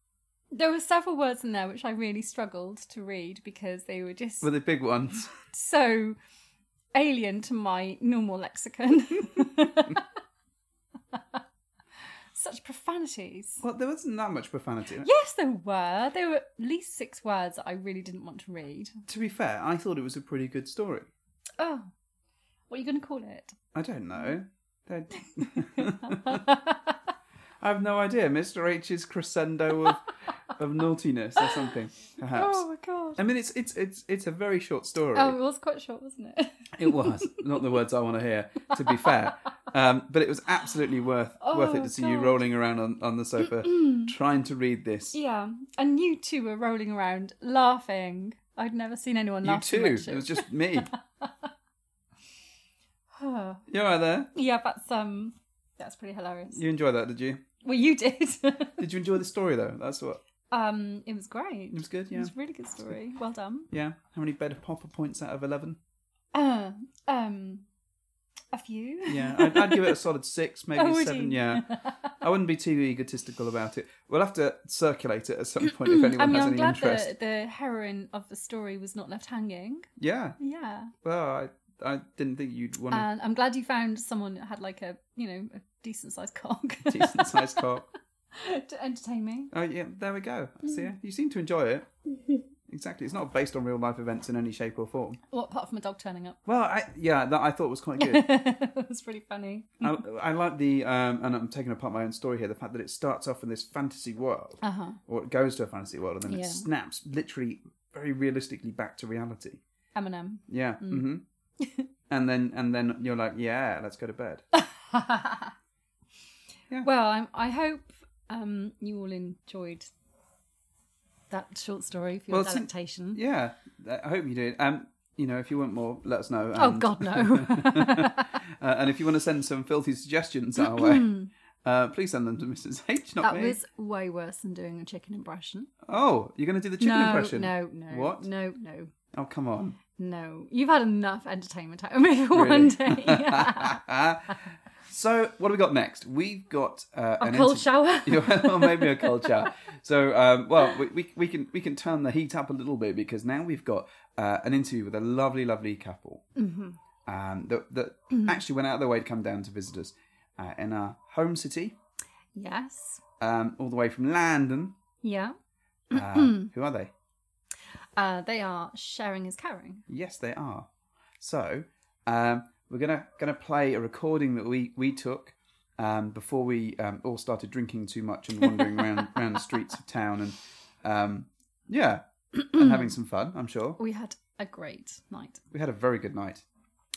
There were several words in there which I really struggled to read because they were just
Were the big ones?
so alien to my normal lexicon. (laughs) Such profanities.
Well, there wasn't that much profanity. in it.
Yes, there were. There were at least six words that I really didn't want to read.
To be fair, I thought it was a pretty good story.
Oh, what are you going to call it?
I don't know. They're- (laughs) I have no idea. Mr. H's crescendo of, of naughtiness or something, (laughs) perhaps.
Oh my god.
I mean, it's it's it's it's a very short story.
Oh, it was quite short, wasn't it? (laughs)
It was not the words I want to hear, to be fair, um, but it was absolutely worth worth it
Oh,
to see you
God.
rolling around on, on the
(clears throat)
sofa trying to read this.
yeah, and you two were rolling around laughing. I'd never seen anyone
You
laugh so
too.
much
It
at-
was just
(laughs)
me.
Huh.
You are there.
yeah, that's um, that's pretty hilarious.
You enjoyed that, did you?
Well, you did. (laughs)
Did you enjoy the story though? That's what.
um, it was great.
It was good.
It
Yeah.
was a really good story. Well done.
Yeah. How many bed popper points out of eleven?
Uh, um, a few. (laughs)
Yeah, I'd, I'd give it a solid six, maybe
Oh,
seven.
would you?
Yeah, I wouldn't be too egotistical about it. We'll have to circulate it at some point if anyone
(clears throat) I mean,
has
I'm
any
glad
interest.
that the heroine of the story was not left hanging.
Yeah,
Yeah,
well, I, I didn't think you'd want a
and I'm glad you found someone that had like a you know a decent sized (laughs) cock
decent sized cock.
to entertain me.
Oh yeah, there we go.
Hmm.
I See, you seem to enjoy it.
(laughs)
exactly, it's not based on real life events in any shape or form.
Well, apart from a dog turning up,
Well, I, yeah, that I thought was quite
(laughs)
good.
it was pretty funny.
I, I like the, um, and I'm taking apart my own story here. The fact that it starts off in this fantasy world,
Uh-huh.
or it goes to a fantasy world, and then
Yeah.
it snaps literally, very realistically back to reality.
Eminem.
Yeah. hmm
(laughs)
and then, and then you're like, yeah, let's go to bed.
Well, I'm, I hope um, you all enjoyed that short story for your
Well, since-
delectation.
yeah, I hope you did. Um, you know, if you want more, let us know.
Oh
and-
God, no!
(laughs)
(laughs)
Uh, and if you want to send some filthy suggestions our
(clears throat)
way, uh, please send them to Mrs. (laughs) H, not
that
me.
was way worse than doing a chicken impression.
Oh, you're going to do the chicken
no,
impression?
no, no,
What?
No, no,
Oh, come
(laughs)
on. (laughs)
no! You've had enough entertainment out of me for one day. (laughs)
So, what have we got next? We've got uh,
a
an
cold
inter-
shower.
(laughs) Yeah, well, maybe a cold
(laughs)
shower. So, um, well, we, we, we can we can turn the heat up a little bit because now we've got uh, an interview with a lovely, lovely couple
Mm-hmm.
um, that, that actually went out of their way to come down to visit us uh, in our home city,
yes.
um, all the way from London.
Yeah. Mm-hmm.
Uh, who are they?
Uh, they are sharing is caring.
Yes, they are. So um, we're gonna gonna play a recording that we we took um, before we um, all started drinking too much and wandering around around the streets of town and um, yeah, and having some fun. I'm sure
We had a great night.
we had a very good night.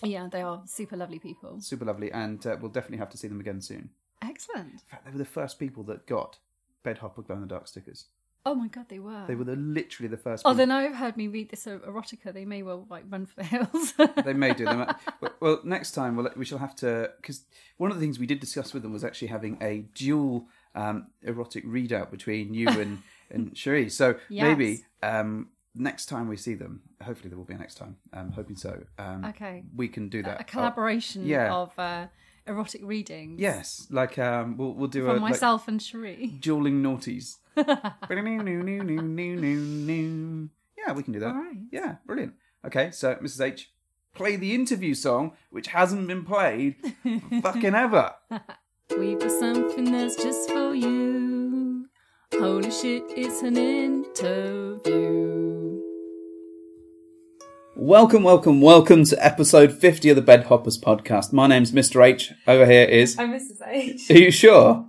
Yeah, they are super lovely people.
Super lovely, and uh, we'll definitely have to see them again soon.
Excellent.
In fact, they were the first people that got Bedhopper glow in the dark stickers.
Oh my god, they were.
They were the, literally the first.
Oh,
people.
then I've heard me read this er- erotica. They may well like run for
(laughs)
the hills. (laughs)
they may do them. Well- well, next time we'll, we shall have to because one of the things we did discuss with them was actually having a dual um, erotic readout between
(laughs)
you and and Cherie. So
Yes.
maybe um, next time we see them, hopefully there will be a next time. I'm hoping so. Um,
Okay.
we can do that.
a collaboration
Uh, yeah.
of uh, erotic readings.
Oh, yes, like um, we'll we'll do
From
a like,
myself and Cherie. (laughs)
dueling naughties. yeah, we can do that.
All right.
Yeah, brilliant. Okay, so Mrs. H, play the interview song, which hasn't been
(laughs)
played fucking ever.
We've got something that's just for you. Holy shit, it's an interview.
Welcome, welcome, welcome to episode 50 of the Bed Hoppers podcast. My name's Mr. H. Over here
(laughs)
is.
I'm Mrs.
(laughs)
H.
Are you sure?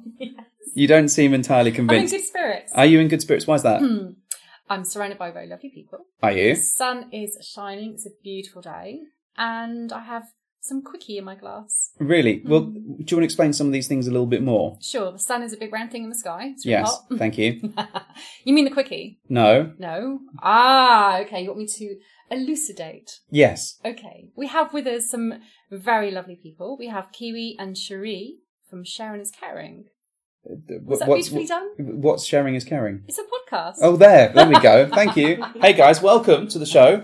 You don't seem entirely
I'm in
convinced.
good Hmm. spirits.
Are you in good spirits? Why is that?
I'm surrounded by very lovely people.
Are you?
The sun is shining. It's a beautiful day. And I have some quickie in my glass.
Really?
Hmm.
Well, do you want to explain some of these things a little bit more?
Sure, the sun is a big round thing in the sky. It's really
Yes,
hot. (laughs)
thank you.
you mean the quickie?
No?
No. Ah, okay. You want me to elucidate?
Yes.
Okay. We have with us some very lovely people. We have Kiwi and Cherie from Sharon is Caring.
Was
that beautifully done?
What's sharing is caring?
It's a podcast.
Oh, there. There we go. Thank
(laughs)
you. Hey, guys, welcome to the show.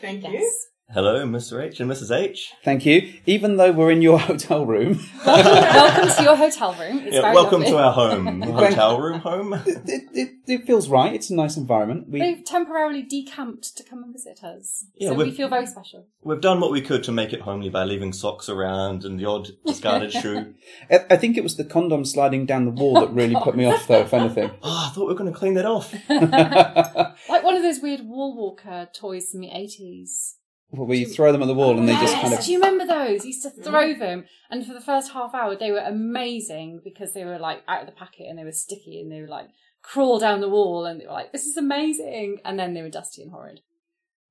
thank you. (laughs)
Hello, Mr. H and Mrs. H.
Thank you. Even though we're in your (laughs) hotel room,
welcome to your hotel room. It's
Yeah,
very
welcome
lovely.
to our home, hotel room home.
it, it, it feels right. It's a nice environment. We,
They've temporarily decamped to come and visit us.
Yeah,
so
we're-
we feel very special.
We've done what we could to make it homely by leaving socks around and the odd discarded shoe.
I I think it was the condom sliding down the wall
(laughs) Oh,
that really put me off, though, if anything. (laughs)
Oh, I thought we were going to clean that off.
Like one of those weird wall walker toys from the 80s.
Where you throw them at the wall and they just
Yes,
kind of.
Do you remember those? You used to throw them, and for the first half hour, they were amazing because they were like out of the packet and they were sticky and they were like crawl down the wall and they were like, "This is amazing," and then they were dusty and horrid.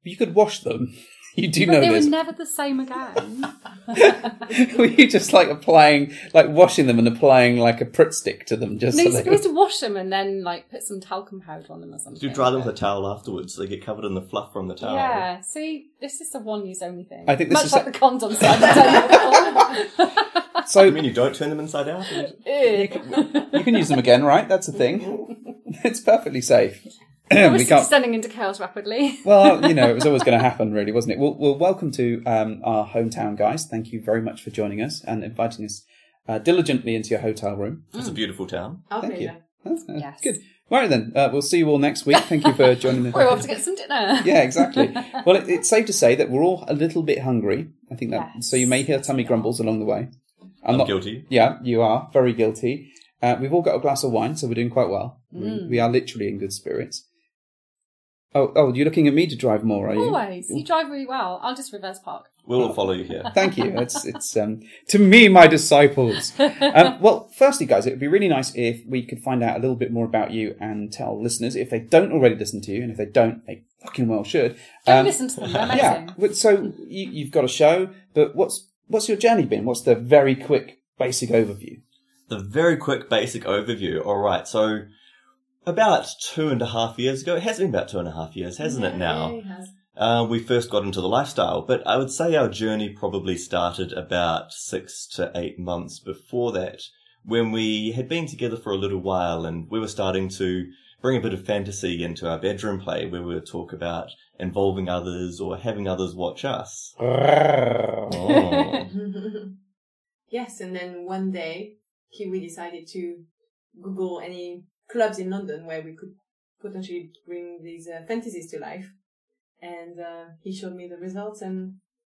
You could wash them. (laughs) You do
but
know
they
this.
were never the
(laughs)
same again.
Were you just like applying, like washing them and applying like a Pritt stick to them? Just
no,
so
you're
they
supposed to wash them and then like put some talcum powder on them or something.
You dry them with a towel afterwards so they get covered in the fluff from the towel.
Yeah, see, this is a one-use only thing.
I think this
much
is
like
a-
the condom side.
(laughs)
I
You
(laughs) so
mean you don't turn them inside out?
Mm. don't know. Ew.
you can use them again, right? That's a
(laughs)
thing. It's perfectly safe. (clears throat) we
Obviously,
can't.
descending into chaos rapidly.
Well, you know, it was always going to happen, really, wasn't it? Well, well welcome to um, our hometown, guys. Thank you very much for joining us and inviting us uh, diligently into your hotel room.
It's a beautiful town.
(laughs) Thank you. That's, uh,
Yes.
Good. Right then, uh, we'll see you all next week. Thank you
(laughs)
for joining the.
We're off to get some dinner.
(laughs) Yeah,
(laughs)
exactly. Well, it, it's safe to say that we're all a little bit hungry. I think that
Yes.
so you may hear tummy grumbles along the way. I'm,
I'm
not.
guilty.
Yeah, you are very guilty. Uh, we've all got a glass of wine, so we're doing quite well.
Mm.
We, we are literally in good spirits. Oh, oh, you're looking at me to drive more, are you?
Always. You drive really well. I'll just reverse park.
We'll all follow you here.
Thank you. It's it's um, to me, my disciples.
(laughs)
Um, well, firstly, guys, it would be really nice if we could find out a little bit more about you and tell listeners if they don't already listen to you, and if they don't, they fucking well should.
Don't
Um,
listen to them.
(laughs)
They're
Yeah.
amazing.
but So you, you've got a show, but what's what's your journey been? What's the very quick basic overview?
the very quick basic overview. All right, so about two and a half years ago, it has been about two and a half years, hasn't it? Now, uh, we first got into the lifestyle, but I would say our journey probably started about six to eight months before that, when we had been together for a little while and we were starting to bring a bit of fantasy into our bedroom play, where we would talk about involving others or having others
(laughs)
watch us. Oh.
(laughs) yes, and then one day, Kiwi decided to Google any clubs in London where we could potentially bring these uh, fantasies to life. And uh, he showed me the results, and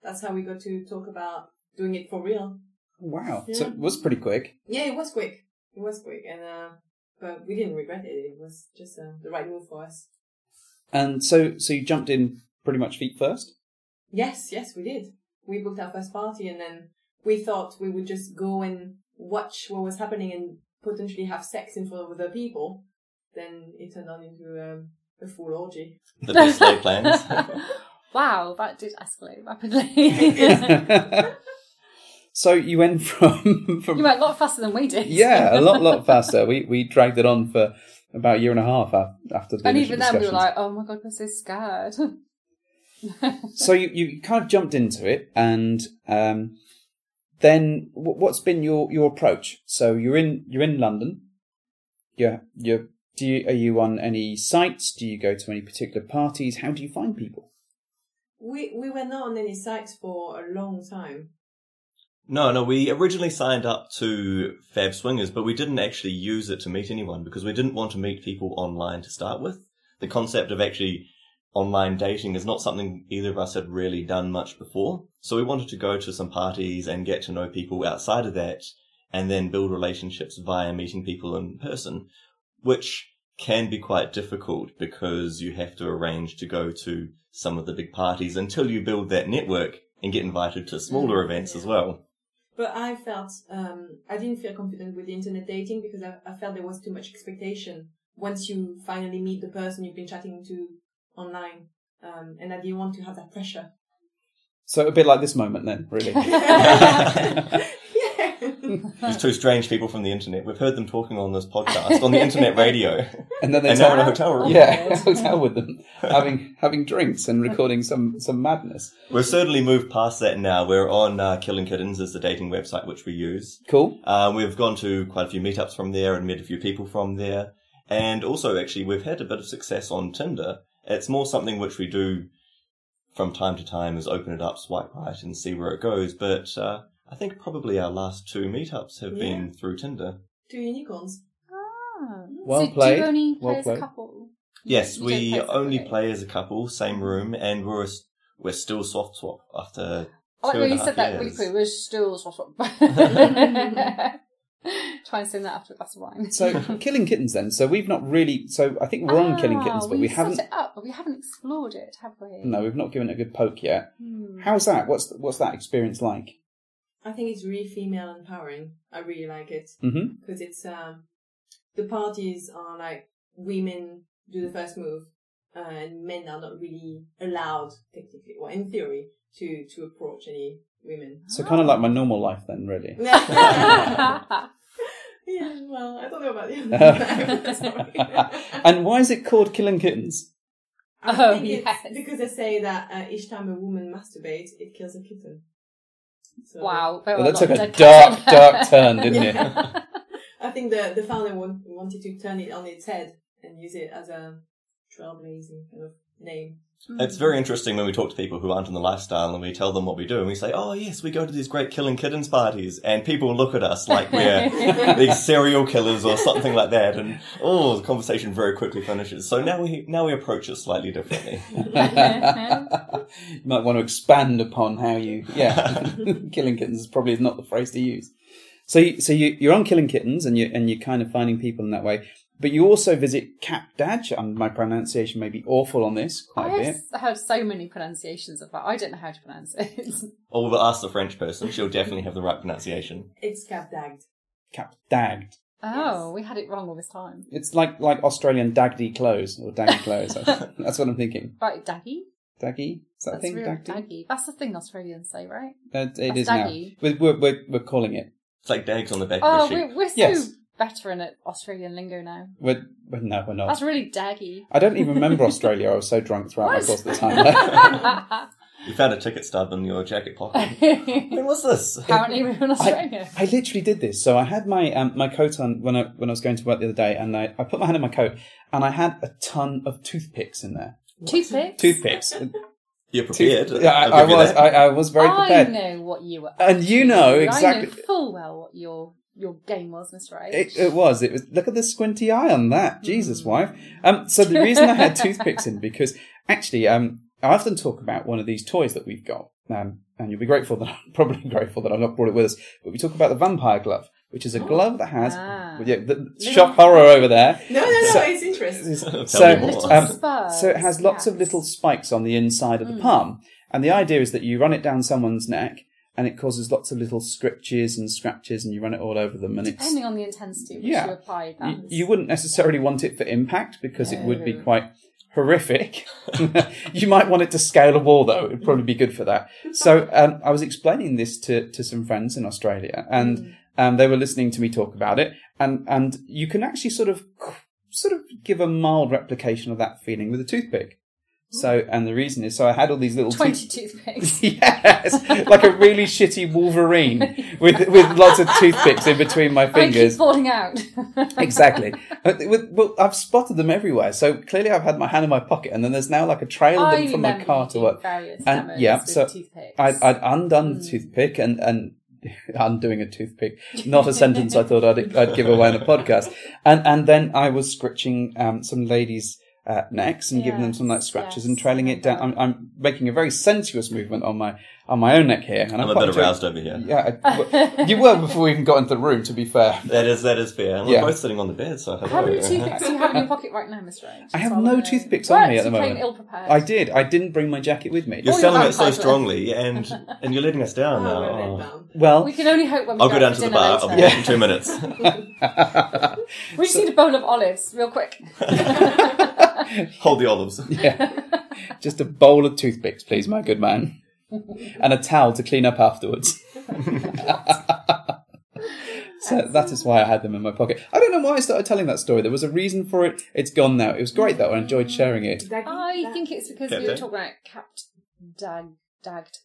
that's how we got to talk about doing it for real.
Wow, so it was pretty quick.
Yeah, it was quick. It was quick, and uh, but we didn't regret it. It was just uh, the right move for us.
And so so you jumped in pretty much feet
(laughs)
first. (laughs)
Yes, yes, we did. We booked our first party and then we thought we would just go and watch what was happening and potentially have sex in front of other people. Then it turned on into um, a full orgy.
the best laid plans. (laughs)
Wow, that did
(laughs)
escalate rapidly. (laughs)
so you went from (laughs) from
you went a lot faster than we did.
yeah a
(laughs)
lot lot faster. We we dragged it on for about a year and a half af- after the
And
initial
even then, we were
discussions.
like, oh my god, we're so
(laughs)
scared. (laughs)
so you, you kind of jumped into it and um, then wh- what's been your, your approach so you're in you're in london you're, you're do you, are you on any sites do you go to any particular parties how do you find people
We we were not on any sites for a long time.
No, no, we originally signed up to Fab Swingers, but we didn't actually use it to meet anyone because we didn't want to meet people online to start with. The concept of actually online dating is not something either of us had really done much before. So we wanted to go to some parties and get to know people outside of that and then build relationships via meeting people in person, which can be quite difficult because you have to arrange to go to some of the big parties until you build that network and get invited to smaller events as well.
But I felt um, I didn't feel confident with the internet dating because I, I felt there was too much expectation once you finally meet the person you've been chatting to online, um, and I didn't want to have that pressure. (laughs)
So a bit like this moment then,
(laughs)
really.
yeah.
These two strange people from the internet. We've heard them talking on this podcast, on the internet radio,
And then they
and now in a
turn-
hotel
(laughs)
room.
Yeah, hotel with them, having having drinks and recording some some madness.
We've certainly moved past that now. We're on uh, Killing Kittens is the dating website which we use.
Cool.
Uh, we've gone to quite a few meetups from there and met a few people from there. And also, actually, we've had a bit of success on Tinder. It's more something which we do from time to time is open it up, swipe right, and see where it goes. But uh, I think probably our last two meetups have been through Tinder.
Two unicorns.
Ah.
Well
so
played,
do you only play
well
as
played.
a couple?
Yes,
You don't
we
play as a
only
couple.
play as a couple, same room, and we're s- we're still soft swap after.
Oh,
I like
two
when Oh,
and a
you said
half
that really
years.
quick. We're still sort (laughs)
(laughs)
of- Try and sing that after a glass of wine.
So (laughs) killing kittens then. So we've not really. So I think we're on killing
Ah,
kittens, but
we,
we
set
haven't.
it up, but we haven't explored it, have we?
No, we've not given it a Mm. good poke yet. (laughs)
Hmm. (laughs)
How's that? What's what's that experience like?
I think it's really female empowering. I really like it
Mm-hmm.
because it's um, the parties are like women do the first move, uh, and men are not really allowed technically, or in theory, to to approach any women. (laughs)
So kind of like my normal life then, (laughs) really.
yeah, well, I don't know about you.
(laughs)
(laughs) I
and why is it called killing kittens?
(laughs)
Oh,
think it's
yes.
because they say that uh, each time a woman masturbates, it kills a kitten. So,
wow,
Well, Oh, that took
that's
a dark, dark
(laughs)
(laughs)
turn, (laughs) didn't it?
Yeah. I think the the founder want, wanted to turn it on its head and use it as a trailblazing kind of name.
Mm.
It's very interesting when we talk to people who aren't in the lifestyle and we tell them what we do and we say, oh, yes, we go to these great killing kittens parties and people look at us like
(laughs)
we're these serial killers or something like that. And oh, the conversation very quickly finishes. So now we, now we approach it slightly
(laughs)
differently.
you might want to expand upon how you
(laughs)
yeah killing kittens is probably not the phrase to use so you, so you, you're on killing kittens and you and you're kind of finding people in that way but you also visit cap daj and my pronunciation may be awful on this (laughs)
I
quite a
have
bit
s- heard so many pronunciations of that. I don't know how to pronounce it.
or we'll ask the French person. She'll definitely have the right pronunciation.
It's cap dagged.
cap dagged
(laughs) oh, we had it wrong all this time.
it's like like australian dagdy clothes or daggy
(laughs)
clothes that's what i'm thinking
Right, daggy.
daggy is that a
That's
thing
real
dagdy
daggy. That's the thing Australians say, right?
That- it
That's
is
daggy.
now we're, we're, we're calling it
It's like dags on the back
Oh,
of a sheep.
we're, we're so
Yes.
veteran at Australian lingo now.
we're, we're no we're not
That's really daggy.
I don't even remember Australia. I was so drunk throughout my
What?
course of Oh, the
(laughs)
time. (laughs)
You found a ticket stub in your
(laughs)
jacket pocket. when was this?
Apparently, we're in Australia.
(laughs) I, I literally did this. So I had my um, my coat on when I when I was going to work the other day, and I, I put my hand in my coat, and I had a ton of toothpicks in there.
Toothpicks.
(laughs)
Toothpicks.
You're prepared.
yeah, I,
I'll
I
give you
was.
that.
I, I was very prepared.
I know what you were. up
And you
to.
know
I
exactly-
know full well what your your game was, Mr. H.
It, it was. It was. Look at the squinty eye on that, Jesus wife. Um. So the reason I had toothpicks in because actually, um, I often talk about one of these toys that we've got. Um, and you'll be grateful that (laughs) I'm probably grateful that I've not brought it with us. But we talk about the vampire glove, which is a glove that has
Ah.
yeah, the, shock horror over there.
No, no, no.
So-
it's interesting.
Tell me more.
so,
Little
um,
spurs,
so it has lots of
yes.
little spikes on the inside of the palm, and the idea is that you run it down someone's neck, and it causes lots of little scritches and scratches, and you run it all over them, and it's
Depending on the intensity which
Yeah.
you applied, that
you,
was-
you wouldn't necessarily want it for impact because it would be quite horrific. (laughs) you might want it to scale a wall, though. It would probably be good for that. So um, I was explaining this to, to some friends in Australia, and
Mm.
um, they were listening to me talk about it. And, and you can actually sort of sort of give a mild replication of that feeling with a toothpick. So, and the reason is, so I had all these little tooth-
(laughs) twenty
(laughs)
toothpicks.
yes, like a really shitty
(laughs)
Wolverine with with lots of toothpicks in between my
I keep
fingers
falling out.
exactly. But with- well, I've spotted them everywhere. So clearly, I've had my hand in my pocket, and then there's now like a trail of
I
them from my
remember
car
you
to
doing
work.
various
And
demos
yeah,
with
so
toothpicks.
I'd, I'd undone the toothpick and (laughs) and undoing a toothpick. Not a sentence I thought I'd, I'd give away on a podcast. And and then I was scratching um, some ladies' uh, necks and giving them some like
Yes,
scratches
yes,
and trailing
I
it down. I'm,
remember.
I'm making a very sensuous movement on my on my own neck here, and
I'm a
quite
bit
enjoying-
aroused over here.
Yeah, I,
(laughs)
well, you were before we even got into the room. To be
(laughs)
fair,
That is that is fair. And
Yeah.
We're both sitting on the bed, so uh-huh. hello.
How many toothpicks do you have in your pocket right now, Mr. H?
I have
That's
no
all
toothpicks
Works,
on me at the
you
moment.
came ill-prepared.
I did. I didn't bring my jacket with me.
You're
Oh,
selling
you're
it so
vampire. (laughs)
strongly, and and you're letting us down now.
we're
Oh.
bedbound.
Well,
We can only hope when we
I'll go
out
down
for
to the
dinner
bar. I'll
later.
be back in two
(laughs)
minutes.
(laughs)
We just need a bowl of olives, real quick.
Hold the olives.
just a bowl of toothpicks, please, my good man, and a towel to clean up afterwards. (laughs) so that is why I had them in my pocket. I don't know why I started telling that story. There was a reason for it. It's gone now. It was great though. I enjoyed sharing it.
Dag-
I
dag-
think it's because
Cat
we were
dag.
talking about capped, dag, dagged.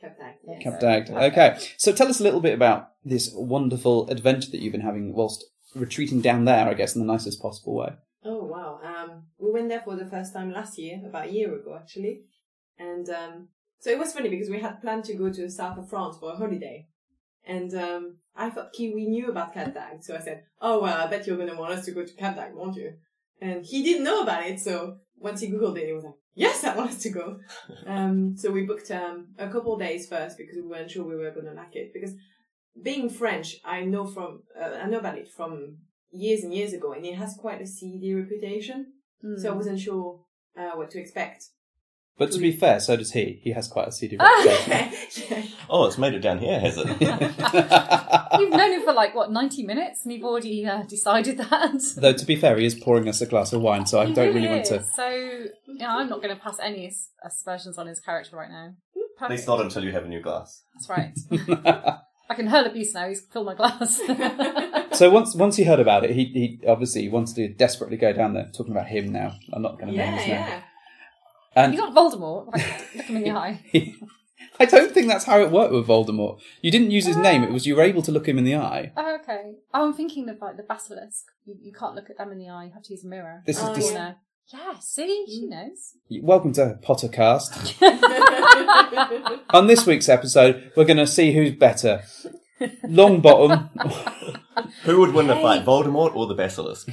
Cap dag, yes.
Cap dagged. Okay, so tell us a little bit about this wonderful adventure that you've been having whilst retreating down there. I guess in the nicest possible way.
Oh wow! Um, we went there for the first time last year, about a year ago actually, and um, so it was funny because we had planned to go to the south of France for a holiday, and um, I thought Kiwi knew about Cap Dag, so I said, "Oh well, I bet you're going to want us to go to Cap Dag, won't you?" And he didn't know about it, so once he googled it, he was like, "Yes, I want us to go." um, so we booked um, a couple of days first because we weren't sure we were going to like it because being French, I know from uh, I know about it from years and years ago, and it has quite a seedy reputation. So I
Hmm.
wasn't sure uh, what to expect. (laughs)
But to be fair, so does he. He has quite a CD
(laughs)
reputation.
Oh, it's made it down here, has it?
You've known him for like, what, 90 minutes? And you've already uh, decided that?
Though to be fair, he is pouring us a glass of wine, so I
He
don't really want to.
is. So, yeah, I'm not going to pass any as- aspersions on his character right now.
At
Perfect.
least not until you have a new glass.
That's right.
(laughs)
I can hurl abuse now. He's filled my glass. (laughs)
So once once he heard about it, he he obviously wants to desperately go down there. Talking about him now. I'm not going to name
yeah,
his name.
yeah.
And
You're not Voldemort. Like, look him in the eye.
(laughs) I don't think that's how it worked with Voldemort. You didn't use his name. It was you were able to look him in the eye.
Oh, okay. Oh, I'm thinking of like the basilisk. You, you can't look at them in the eye. You have to use a mirror.
This is
Oh,
dis-
yeah. yeah, see? She
Mm.
knows.
Welcome to
(laughs)
Pottercast.
(laughs)
On this week's episode, we're going to see who's better,
(laughs)
Longbottom.
Who would win the fight, Voldemort or the Basilisk?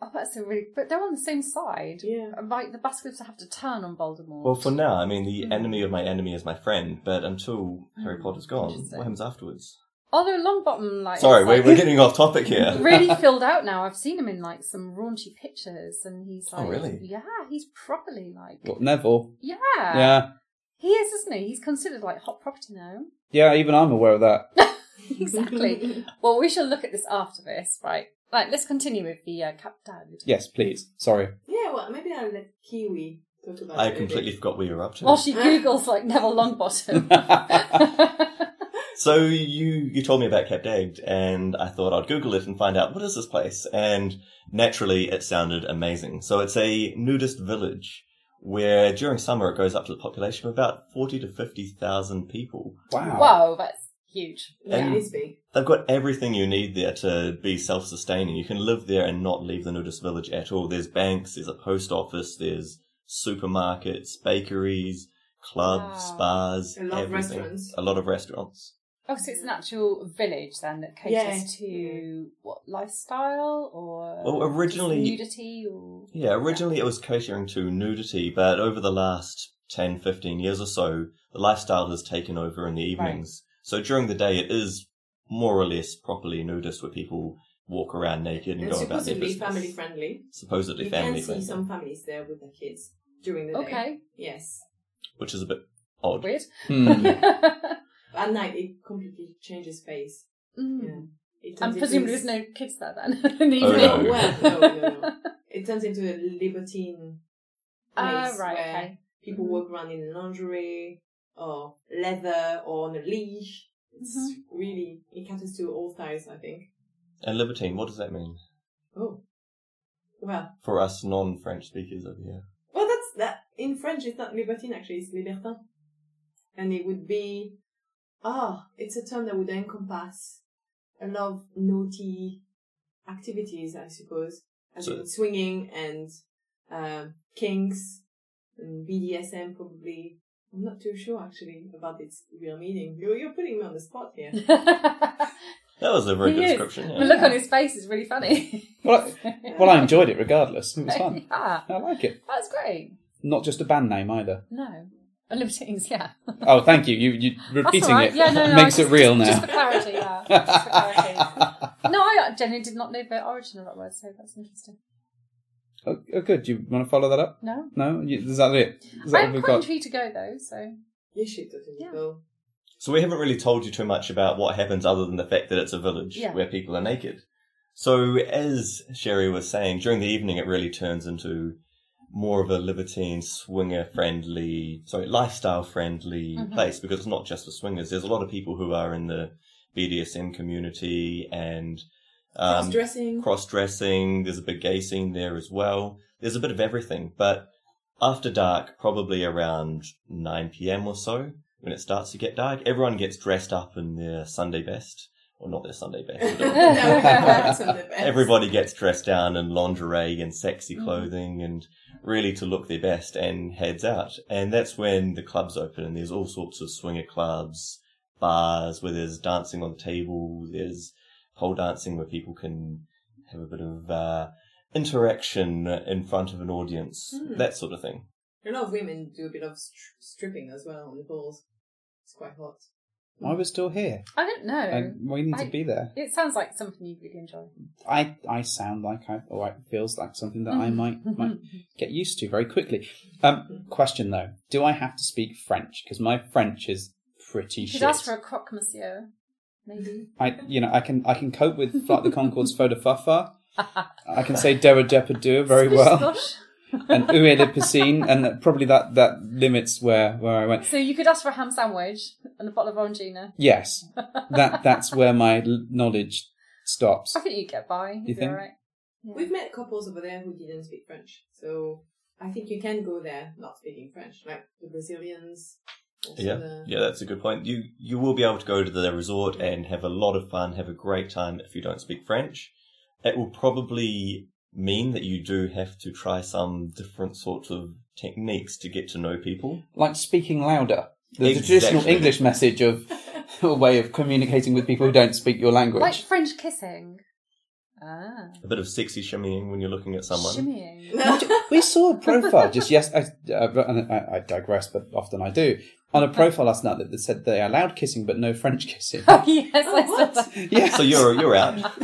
Oh, that's a really... But they're on the same side. Uh,
Yeah.
Like, the basilisks have to turn on Voldemort.
Well, for now, I mean,
Hmm.
the enemy of my enemy is my friend, but until Harry Potter's gone,
Interesting.
what happens afterwards?
Although Longbottom, like...
Sorry,
is,
we're,
like, (laughs)
we're getting off topic here.
really filled out now. I've seen him in, like, some raunchy pictures, and he's
Oh,
like...
really?
Yeah, he's properly, like...
What, Neville.
Yeah.
Yeah,
He is, isn't he? He's considered, like, hot property now. (laughs)
yeah. Even I'm aware of that.
(laughs)
exactly. well, we shall look at this after this, right? Right, let's continue with the uh, cap down.
Yes, please. Sorry. (laughs)
Yeah, well, maybe I'll let Kiwi talk about
I
it. a bit.
completely forgot we were up
While
to.
she googles like Neville
(laughs)
Longbottom. (laughs)
So you you told me about Cap Dagged, and I thought I'd Google it and find out what is this place. And naturally, it sounded amazing. So it's a nudist village where during summer it goes up to the population of about forty to fifty thousand people.
Wow.
Whoa, that's huge.
Yeah,
And-
it's big.
They've got everything you need there to be self sustaining. You can live there and not leave the nudist village at all. There's banks, there's a post office, there's supermarkets, bakeries, clubs,
Wow.
spas,
A lot of
everything.
restaurants.
A lot of restaurants.
Oh, so it's an actual village then that caters to what lifestyle or
Well,
just
originally-
nudity or
Yeah, originally it was catering to nudity, but over the last 10, 15 years or so, the lifestyle has taken over in the evenings. So during the day, it is more or less properly nudist where people walk around naked and
And
go about their
supposedly
business.
family friendly.
Supposedly
You
family
can see
friendly,
some families there with their kids during the day.
okay,
Yes.
which is a bit odd.
weird.
Mm.
(laughs)
Hmm.
At night, it completely changes face. Yeah.
Mm.
It turns
And
into
presumably
this-
there's no kids there then (laughs) in the
Oh,
evening.
No,
no.
well, Oh,
(laughs)
no, no, no. It turns into a libertine
Ah,
place
right,
where
okay.
people
Mhm.
walk around in lingerie or leather or on a leash. It's really it caters to all styles, I think.
And libertine, what does that mean?
Oh, well,
For us non French speakers over here.
well, that's that. In French, it's not libertine actually; it's libertin, and it would be ah, it's a term that would encompass a lot of naughty activities, I suppose, as
So-
in swinging and um kinks and BDSM, probably. I'm not too sure actually about its real meaning. You're, you're putting me on the spot here.
That was a (laughs) very
He
good
is.
description.
The
Yeah.
look on his face is really funny. (laughs)
Well, I, well, I enjoyed it regardless. It was
(laughs)
fun.
yeah,
I like it.
that's great.
Not just a band name either.
No, Olympians, yeah.
Oh, thank you. You you
That's
repeating
all right.
it
Yeah, no, no,
makes
just-
it real now. (laughs)
Just for clarity, yeah. Just for clarity. no, I genuinely did not know the origin of that word, so that's interesting.
Oh, oh, good. Do you want to follow that up?
No,
No, You- is that it? Is that
I
what
have
we've got?
Coventry to go though, so
yes, she doesn't
Yeah.
know.
So we haven't really told you too much about what happens other than the fact that it's a village
Yeah.
where people are naked. So as Sherry was saying, during the evening it really turns into more of a libertine, swinger friendly, sorry, lifestyle friendly
Mhm.
place because it's not just for swingers. There's a lot of people who are in the BDSM community and um,
Cross-dressing. (laughs)
cross (laughs) dressing. There's a big gay scene there as well. There's a bit of everything. But after dark, probably around 9 p.m. or so, when it starts to get dark, everyone gets dressed up in their Sunday best. Well, not their Sunday best. but
(laughs) Now we have some of the best.
everybody gets dressed down in lingerie and sexy
Mhm.
clothing and really to look their best and heads out. And that's when the clubs open and there's all sorts of swinger clubs, bars where there's dancing on the table, there's pole dancing where people can have a bit of uh, interaction in front of an audience,
Hmm.
that sort of thing.
A lot of women do a bit of stri- stripping as well on the balls. It's quite hot.
Why we're still here?
I don't know.
And we need to
I-
be there.
It sounds like something you really enjoy.
I I sound like I or it feels like something that
Mm-hmm.
I might might
(laughs)
get used to very quickly. Um, question though, do I have to speak French? Because my French is pretty
You should
shit.
ask for a croque monsieur, maybe.
I you know I can I can cope with
(laughs)
like the Concord's Fodafafa. I can say Dera Depadua (laughs) very
Squish,
well,
squash.
and Ue de Piscine, and that- probably that that limits where where I went.
So you could ask for a ham sandwich and a bottle of Orangina.
Yes, that that's where my l- knowledge stops.
I think you'd get by. You'd
You
be
think?
alright.
We've met couples over there who didn't speak French, so I think you can go there not speaking French, like the Brazilians. also
Yeah,
the-
yeah, that's a good point. You you will be able to go to the resort and have a lot of fun, have a great time if you don't speak French. It will probably mean that you do have to try some different sorts of techniques to get to know people.
like speaking louder. The
Exactly.
traditional English message of (laughs) a way of communicating with people who don't speak your language.
Like French kissing. Ah.
A bit of sexy shimmying when you're looking at someone.
Shimmying. (laughs)
we saw a profile just yes, I, uh, and I, I digress, but often I do on a profile last night that that said they allowed kissing but no French
(laughs)
kissing.
Oh, yes, I saw
what?
that.
yeah,
So you're you're
(laughs)
out.
(laughs)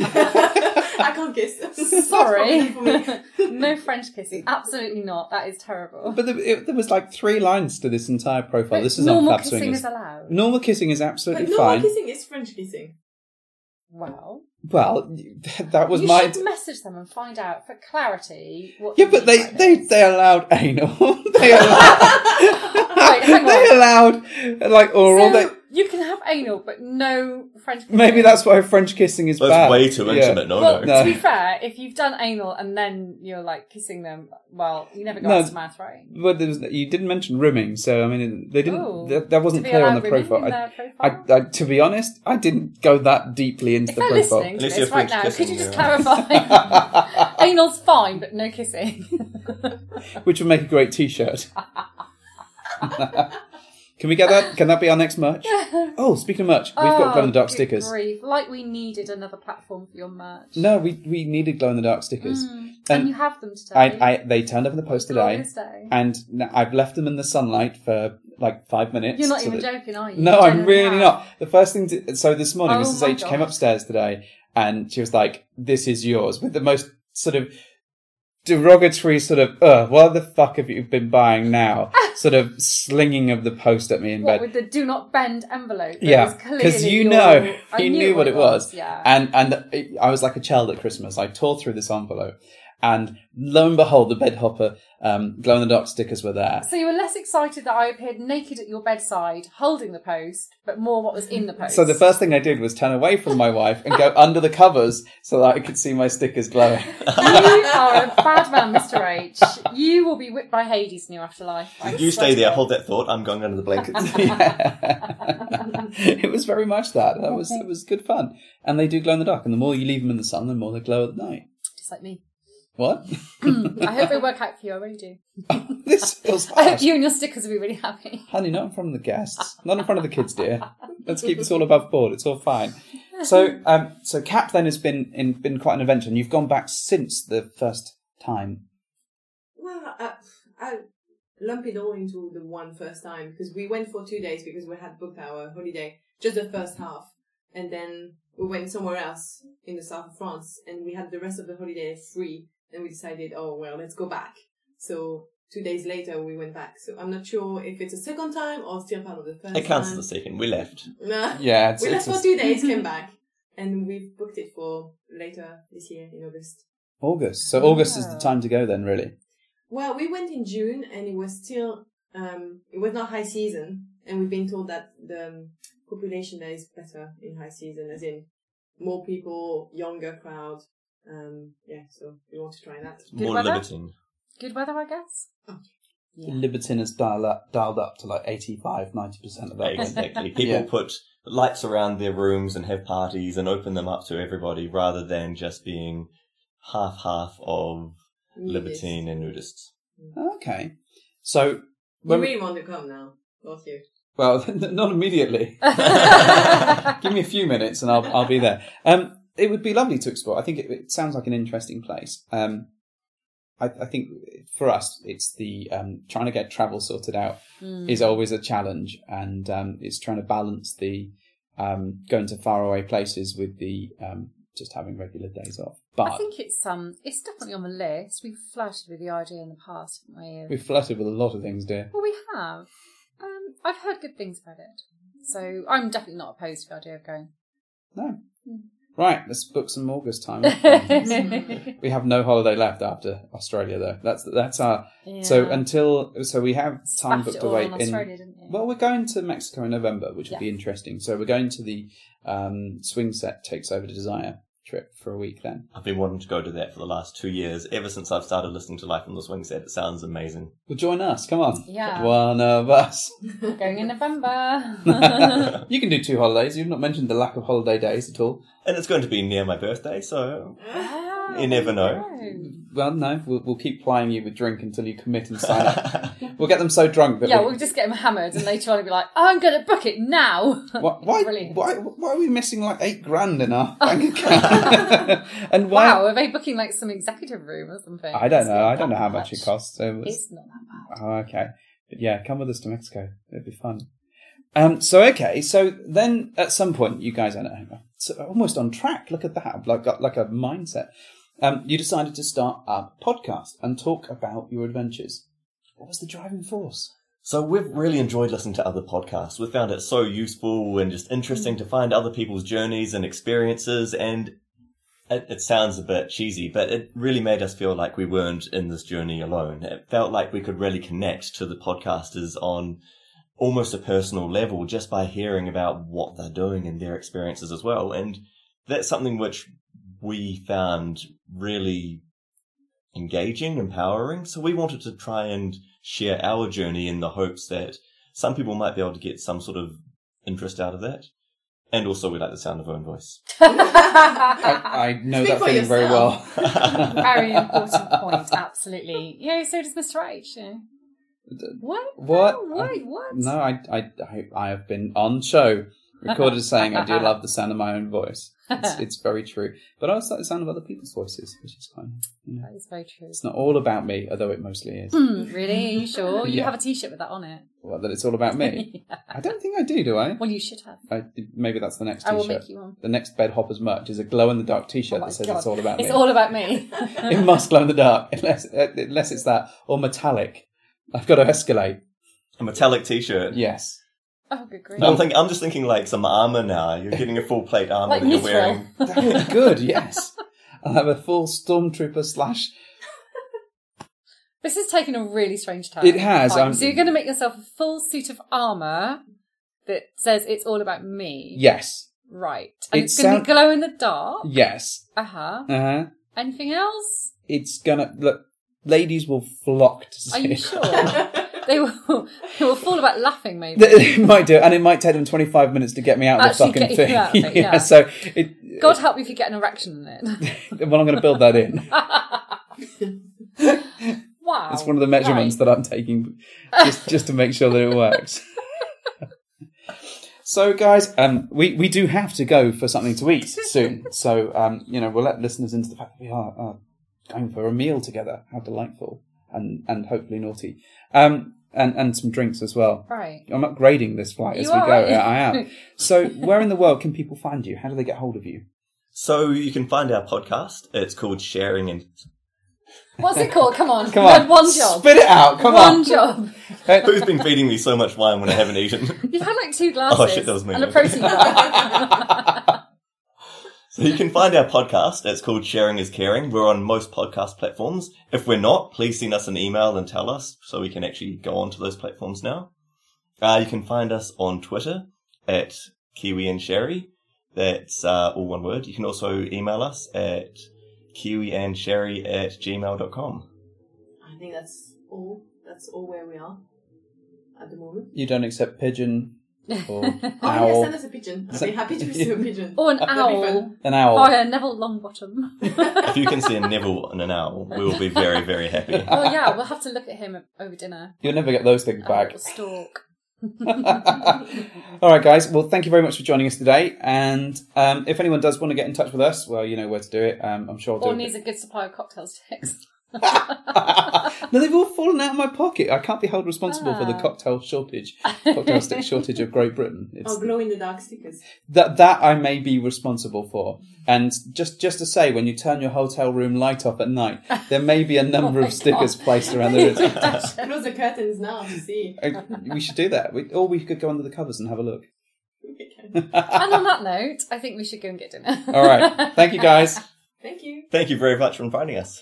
I can't kiss. (laughs) That's
Sorry. (laughs)
probably for me.
no French kissing. Absolutely not. That is terrible.
but there, it, there was like three lines to this entire profile.
But
this is on
normal
Fab
kissing
Swingers.
is allowed.
normal kissing is
But
absolutely
normal
fine.
kissing is French kissing.
Well,
Well, (laughs) that was
you
my.
should message them and find out for clarity.
(laughs)
What
Yeah,
you
but they,
mean by
they,
this. (laughs)
they allowed anal. (laughs) they allowed,
Right,
(laughs)
hang
they
on.
allowed like oral.
So
they,
you can have anal, but no French. Kissing.
Maybe that's why French kissing is
That's
bad.
way too
Yeah.
intimate. No,
well,
no.
No.
to be fair, if you've done anal and then you're like kissing them, well, you never got
No.
ass to mouth, right?
But there was, you didn't mention rimming, so I mean, they
Ooh.
didn't. That, that wasn't
Did they
clear on
allow
the
rimming
profile.
in
I,
their profile?
I, I, to be honest, I didn't go that deeply into
If
the
they're
profile.
listening to
Unless
this
you're
right
French
now, could you just
kissing, yeah.
clarify?
(laughs)
Anal's fine, but no kissing.
which would make a great
(laughs)
T-shirt. (laughs) Can we get that? Can that be our next
(laughs)
merch? Oh, speaking of merch, we've got glow in the dark
good
stickers.
grief. Like we needed another platform for your merch. Hmm.
No, we we needed glow in the dark stickers.
And,
And
you have Oh, them today.
I, I they turned up in the post today,
Glorious day.
and now I've left them in the sunlight for like five minutes.
You're not
so
even
that-
joking, are you?
No,
You
I'm
genuinely
really
have.
not. The first thing, to, so this morning,
Oh
Mrs.
my
H came
God.
upstairs today and she was like, "This is yours," with the most sort of derogatory sort of, "Uh, what the fuck have you been buying
(laughs)
now?" sort of slinging of the post at me in
What,
bed.
with the do not bend envelope? that
Yeah,
was
because
clearly
you
your-
know,
I
you knew what it was,
Yeah.
and and it- I was like a child at Christmas. I tore through this envelope, and lo and behold, the bedhopper um, glow in the dark stickers were there.
so you were less excited that I appeared naked at your bedside holding the post, but more what was in the post.
So the first thing I did was turn away from my wife and
(laughs)
go under the covers so that I could see my stickers glowing.
you are a bad man, Mr. H. You will be whipped by Hades in your afterlife. I
You
swear
stay
to
there,
God.
hold that thought. I'm going under
(laughs)
the blankets.
Yeah. (laughs) it was very much that. That was it was good fun. And they do glow in the dark, and the more you leave them in the sun, the more they glow at night.
Just like me. Hmm.
What? (laughs)
I hope they work out for you. I really do.
this feels (laughs)
(laughs) I hope
harsh.
you and your stickers will be really happy.
Honey, not in front of the guests, not in front of the kids, dear. Let's keep this all above board. It's all fine. So, um, so Cap then has been in, been quite an adventure, and you've gone back since the first time.
Well, I, I lump it all into the one first time because we went for two days because we had booked our holiday just the first half, and then we went somewhere else in the south of France, and we had the rest of the holiday free, and we decided, oh well, let's go back. So two days later we went back. So I'm not sure if it's a second time or still part of the first.
It counts as
time.
the second. We left.
(laughs) Nah.
Yeah, it's,
we
it's
left for
just
two
(laughs)
days, came back, and we booked it for later this year in August.
August. So August is the time to go then, really.
Well, we went in June and it was still, um, it was not high season. And we've been told that the um, population there is better in high season, as in more people, younger crowd. Um, yeah, so we want to try that.
Good
More
weather?
limiting.
Good weather, I guess.
Libertin has dialed up, dialed up to like 85, 90% of that. thing.
Exactly. People
Yeah.
put lights around their rooms and have parties and open them up to everybody rather than just being half half of libertine and nudists.
Okay. So,
We
when
really want to come now, not you.
well, (laughs) not
(laughs)
immediately. Give me a few minutes and I'll, I'll be there. Um, it would be lovely to explore. I think it, it sounds like an interesting place. Um, I, I think for us, it's the um, trying to get travel sorted out
Hmm.
is always a challenge, and um, it's trying to balance the um, going to faraway places with the um, just having regular days off.
I
But
think it's um, it's definitely on the list. We've flirted with the idea in the past, haven't we? of-
we've flirted with a lot of things, dear.
Well, we have. Um, I've heard good things about it, so I'm definitely not opposed to the idea
(laughs)
of going.
No.
Hmm.
Right, let's book some August time.
(laughs)
we have no holiday left after Australia, though. That's that's our so
Yeah.
until so we have time
Spaffed
booked
it all
away
on
in.
Australia, didn't you?
Well, we're going to Mexico in November, which will
Yeah.
be interesting. So we're going to the um, swing set takes over desire trip for a week then.
I've been wanting to go to that for the last two years, ever since I've started listening to Life on the Swing Set. It sounds amazing.
Well, join us. Come on.
Yeah.
One of
(laughs)
us. (laughs)
We're going in November.
you can do two holidays. You've not mentioned the lack of holiday days at all.
And it's going to be near my birthday, so you never know.
Well, no, we'll, we'll keep plying you with drink until you commit and sign
(laughs)
up. we'll get them so drunk that
Yeah,
we'll-
we'll just get them hammered, and later on, I'll be like, "Oh, "I'm going to book it now."
Why, why,
(laughs) Brilliant.
why, why are we missing like eight grand in
(laughs)
our bank account? (laughs) and why?
Wow, are they booking like some executive room or something?
I don't
It's
know.
not
I don't know
that
how much it costs. So it was,
It's not that bad.
oh, okay. But yeah, come with us to Mexico. It'd be fun. Um, so okay, so then at some point you guys are uh, so almost on track. Look at that, like got like a mindset. Um, you decided to start a podcast and talk about your adventures. What was the driving force?
So we've really enjoyed listening to other podcasts. We found it so useful and just interesting to find other people's journeys and experiences. And it, it sounds a bit cheesy, but it really made us feel like we weren't in this journey alone. It felt like we could really connect to the podcasters on almost a personal level just by hearing about what they're doing and their experiences as well. And that's something which we found really engaging, empowering. So we wanted to try and share our journey in the hopes that some people might be able to get some sort of interest out of that. And also, we like the sound of our own voice.
(laughs) I, I know that
Speak for
feeling very well.
(laughs)
yourself.
(laughs)
Very important point, absolutely. Yeah, so does Mr. H. Yeah. What?
What? Um,
No, wait, what?
No, I, I, I, I have been on show
(laughs)
recorded as saying I do love the sound of my own voice. It's, it's very true. But I also like the sound of other people's voices, which is quite nice. you know.
That is very true. (clears throat)
It's not all about me, although it mostly is.
Hmm, really? Are you sure? You
Yeah.
have a t shirt with that on it.
Well, that it's all about me. I don't think I do, do I?
(laughs) Well, you should have.
I maybe that's the next
I
t-shirt.
will make you one.
The next bed hoppers merch is a glow in the dark t-shirt
Oh my
that says
God.
it's all about
It's
me. (laughs)
all about me.
it must glow in the dark (laughs) unless unless it's that or metallic. I've got to escalate.
A metallic T-shirt.
Yes. (laughs)
oh, good grief.
I'm thinking. I'm just thinking like some armor now. You're getting a full plate armor
Like
that you're
mithril.
wearing.
That would be good, yes. I'll have a full stormtrooper slash
This has taken a really strange turn.
It has,
Fine.
I'm-
So you're going to make yourself a full suit of armour that says it's all about me.
yes.
Right. And
It
it's going
sound-
to be glow in the dark.
Yes.
Uh huh.
Uh-huh.
Anything else?
It's gonna look ladies will flock to
Are
see
(laughs) you
it.
(laughs)
sure? they will they will fall about laughing, maybe.
They might do, and it might take them twenty five minutes to get me out of
Actually
the fucking
get you
thing.
out
(laughs)
of it, yeah.
so it,
(laughs)
God help me if you get an erection in it. (laughs) Oh,
well, I'm going to build that in.
Wow.
That's one of the measurements that I'm taking just, just to make sure that it works. (laughs) so, guys, um, we, we do have to go for something to eat soon. So, um, you know, we'll let listeners into the fact that we are uh, going for a meal together. How delightful and, and hopefully naughty. Um, and, and some drinks as well.
Right.
I'm upgrading this flight as
You
we
are,
go.
aren't you?
Yeah,
(laughs)
I am. So, where in the world can people find you? How do they get hold of you?
So you can find our podcast. It's called Sharing and (laughs)
What's it called? Come on.
(laughs) Come
You
on.
had one job.
Spit it out. Come
one
on.
job.
Who's been feeding me so much wine when I haven't eaten?
You've had like two
(laughs)
glasses
Oh, shit, that was me.
and a protein bar.
So you can find our podcast. It's called Sharing is Caring. We're on most podcast platforms. If we're not, please send us an email and tell us so we can actually go onto those platforms now. Uh, you can find us on Twitter at Kiwi and Sherry. That's uh, all one word. You can also email us at kiwiandsherry at gmail.com.
I think that's all. That's all where we are at the moment.
You don't accept pigeon
(laughs)
or
Oh, yeah, send
owl.
us a pigeon. I'd
So-
be happy to receive a pigeon.
or an
That'd be
owl.
fun.
An owl.
Oh, yeah, Neville
(laughs)
Longbottom.
If you can send Neville and an owl, we will be very, very happy.
oh, yeah, we'll have to look at him over dinner.
You'll never get those things
Have a
back.
little Stalk. Oh.
All right, guys. Well, thank you very much for joining us today. And um, if anyone does want to get in touch with us, well, you know where to do it. Um, I'm sure. I'll do
Or
a
needs a good supply of cocktail sticks.
bit- no, they've all fallen out of my pocket. I can't be held responsible for the
Ah.
cocktail shortage, cocktail stick shortage of
(laughs)
Great Britain. It's,
Oh,
Or glow in the dark stickers.
that that I may be responsible for. And just just to say, when you turn your hotel room light off at night, there
(laughs)
may be a number
Oh my
of stickers
God.
placed around the room.
Close the curtains now to see.
(laughs)
Uh, we should do that. We, or we could go under the covers and have a look.
and on that note, I think we should go and get dinner.
All right. Thank you, guys.
Thank you.
Thank you very much for inviting us.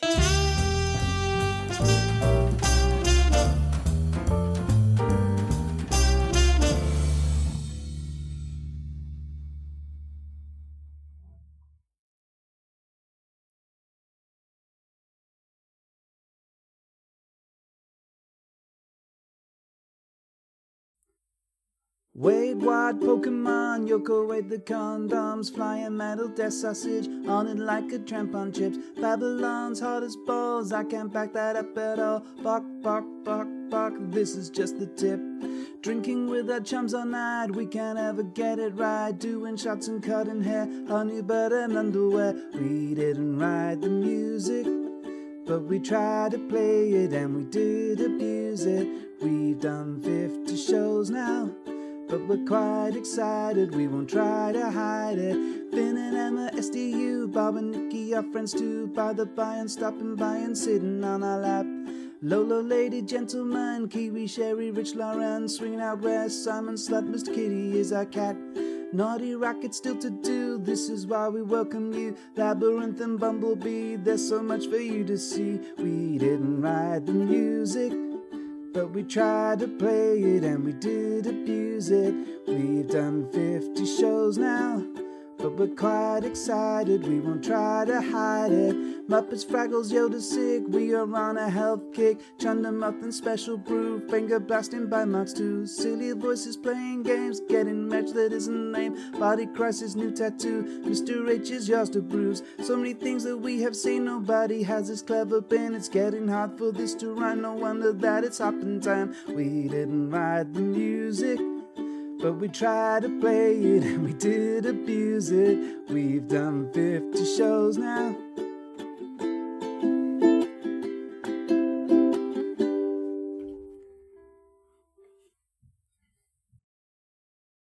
Wade wide Pokemon, Yoko Wade the condoms, flying metal death sausage, on it like a tramp on chips. Babylon's hard as balls, I can't back that up at all. Bok, bok, bok, bok, this is just the tip. Drinking with our chums all night, we can't ever get it right. Doing shots and cutting hair, honey butter and underwear. We didn't write the music. But we tried to play it and we did abuse it. We've done 50 shows now, but we're quite excited. We won't try to hide it. Finn and Emma, SDU, Bob and Nikki, our friends too. By the by and stopping by and sitting on our lap. Lolo, lady, gentleman, Kiwi, Sherry, Rich, Lauren, swinging out west. Simon, slut, Mr. Kitty is our cat. Naughty racket still to do. This is why we welcome you, Labyrinth and Bumblebee. There's so much for you to see. We didn't write the music, but we tried to play it and we did abuse it. We've done 50 shows now. But we're quite excited, we won't try to hide it. Muppets, Fraggles, Yoda, Sick, we are on a health kick. Chundamuffin, Special Brew, Finger Blasting by Mounts 2. Silly voices playing games, getting matched that isn't lame. Body Crisis, new tattoo, Mr. H is yours to bruise. So many things that we have seen, nobody has this clever pen. It's getting hard for this to rhyme, no wonder that it's hopping time. We didn't write the music. But we tried to play it and we did abuse it. We've done 50 shows now.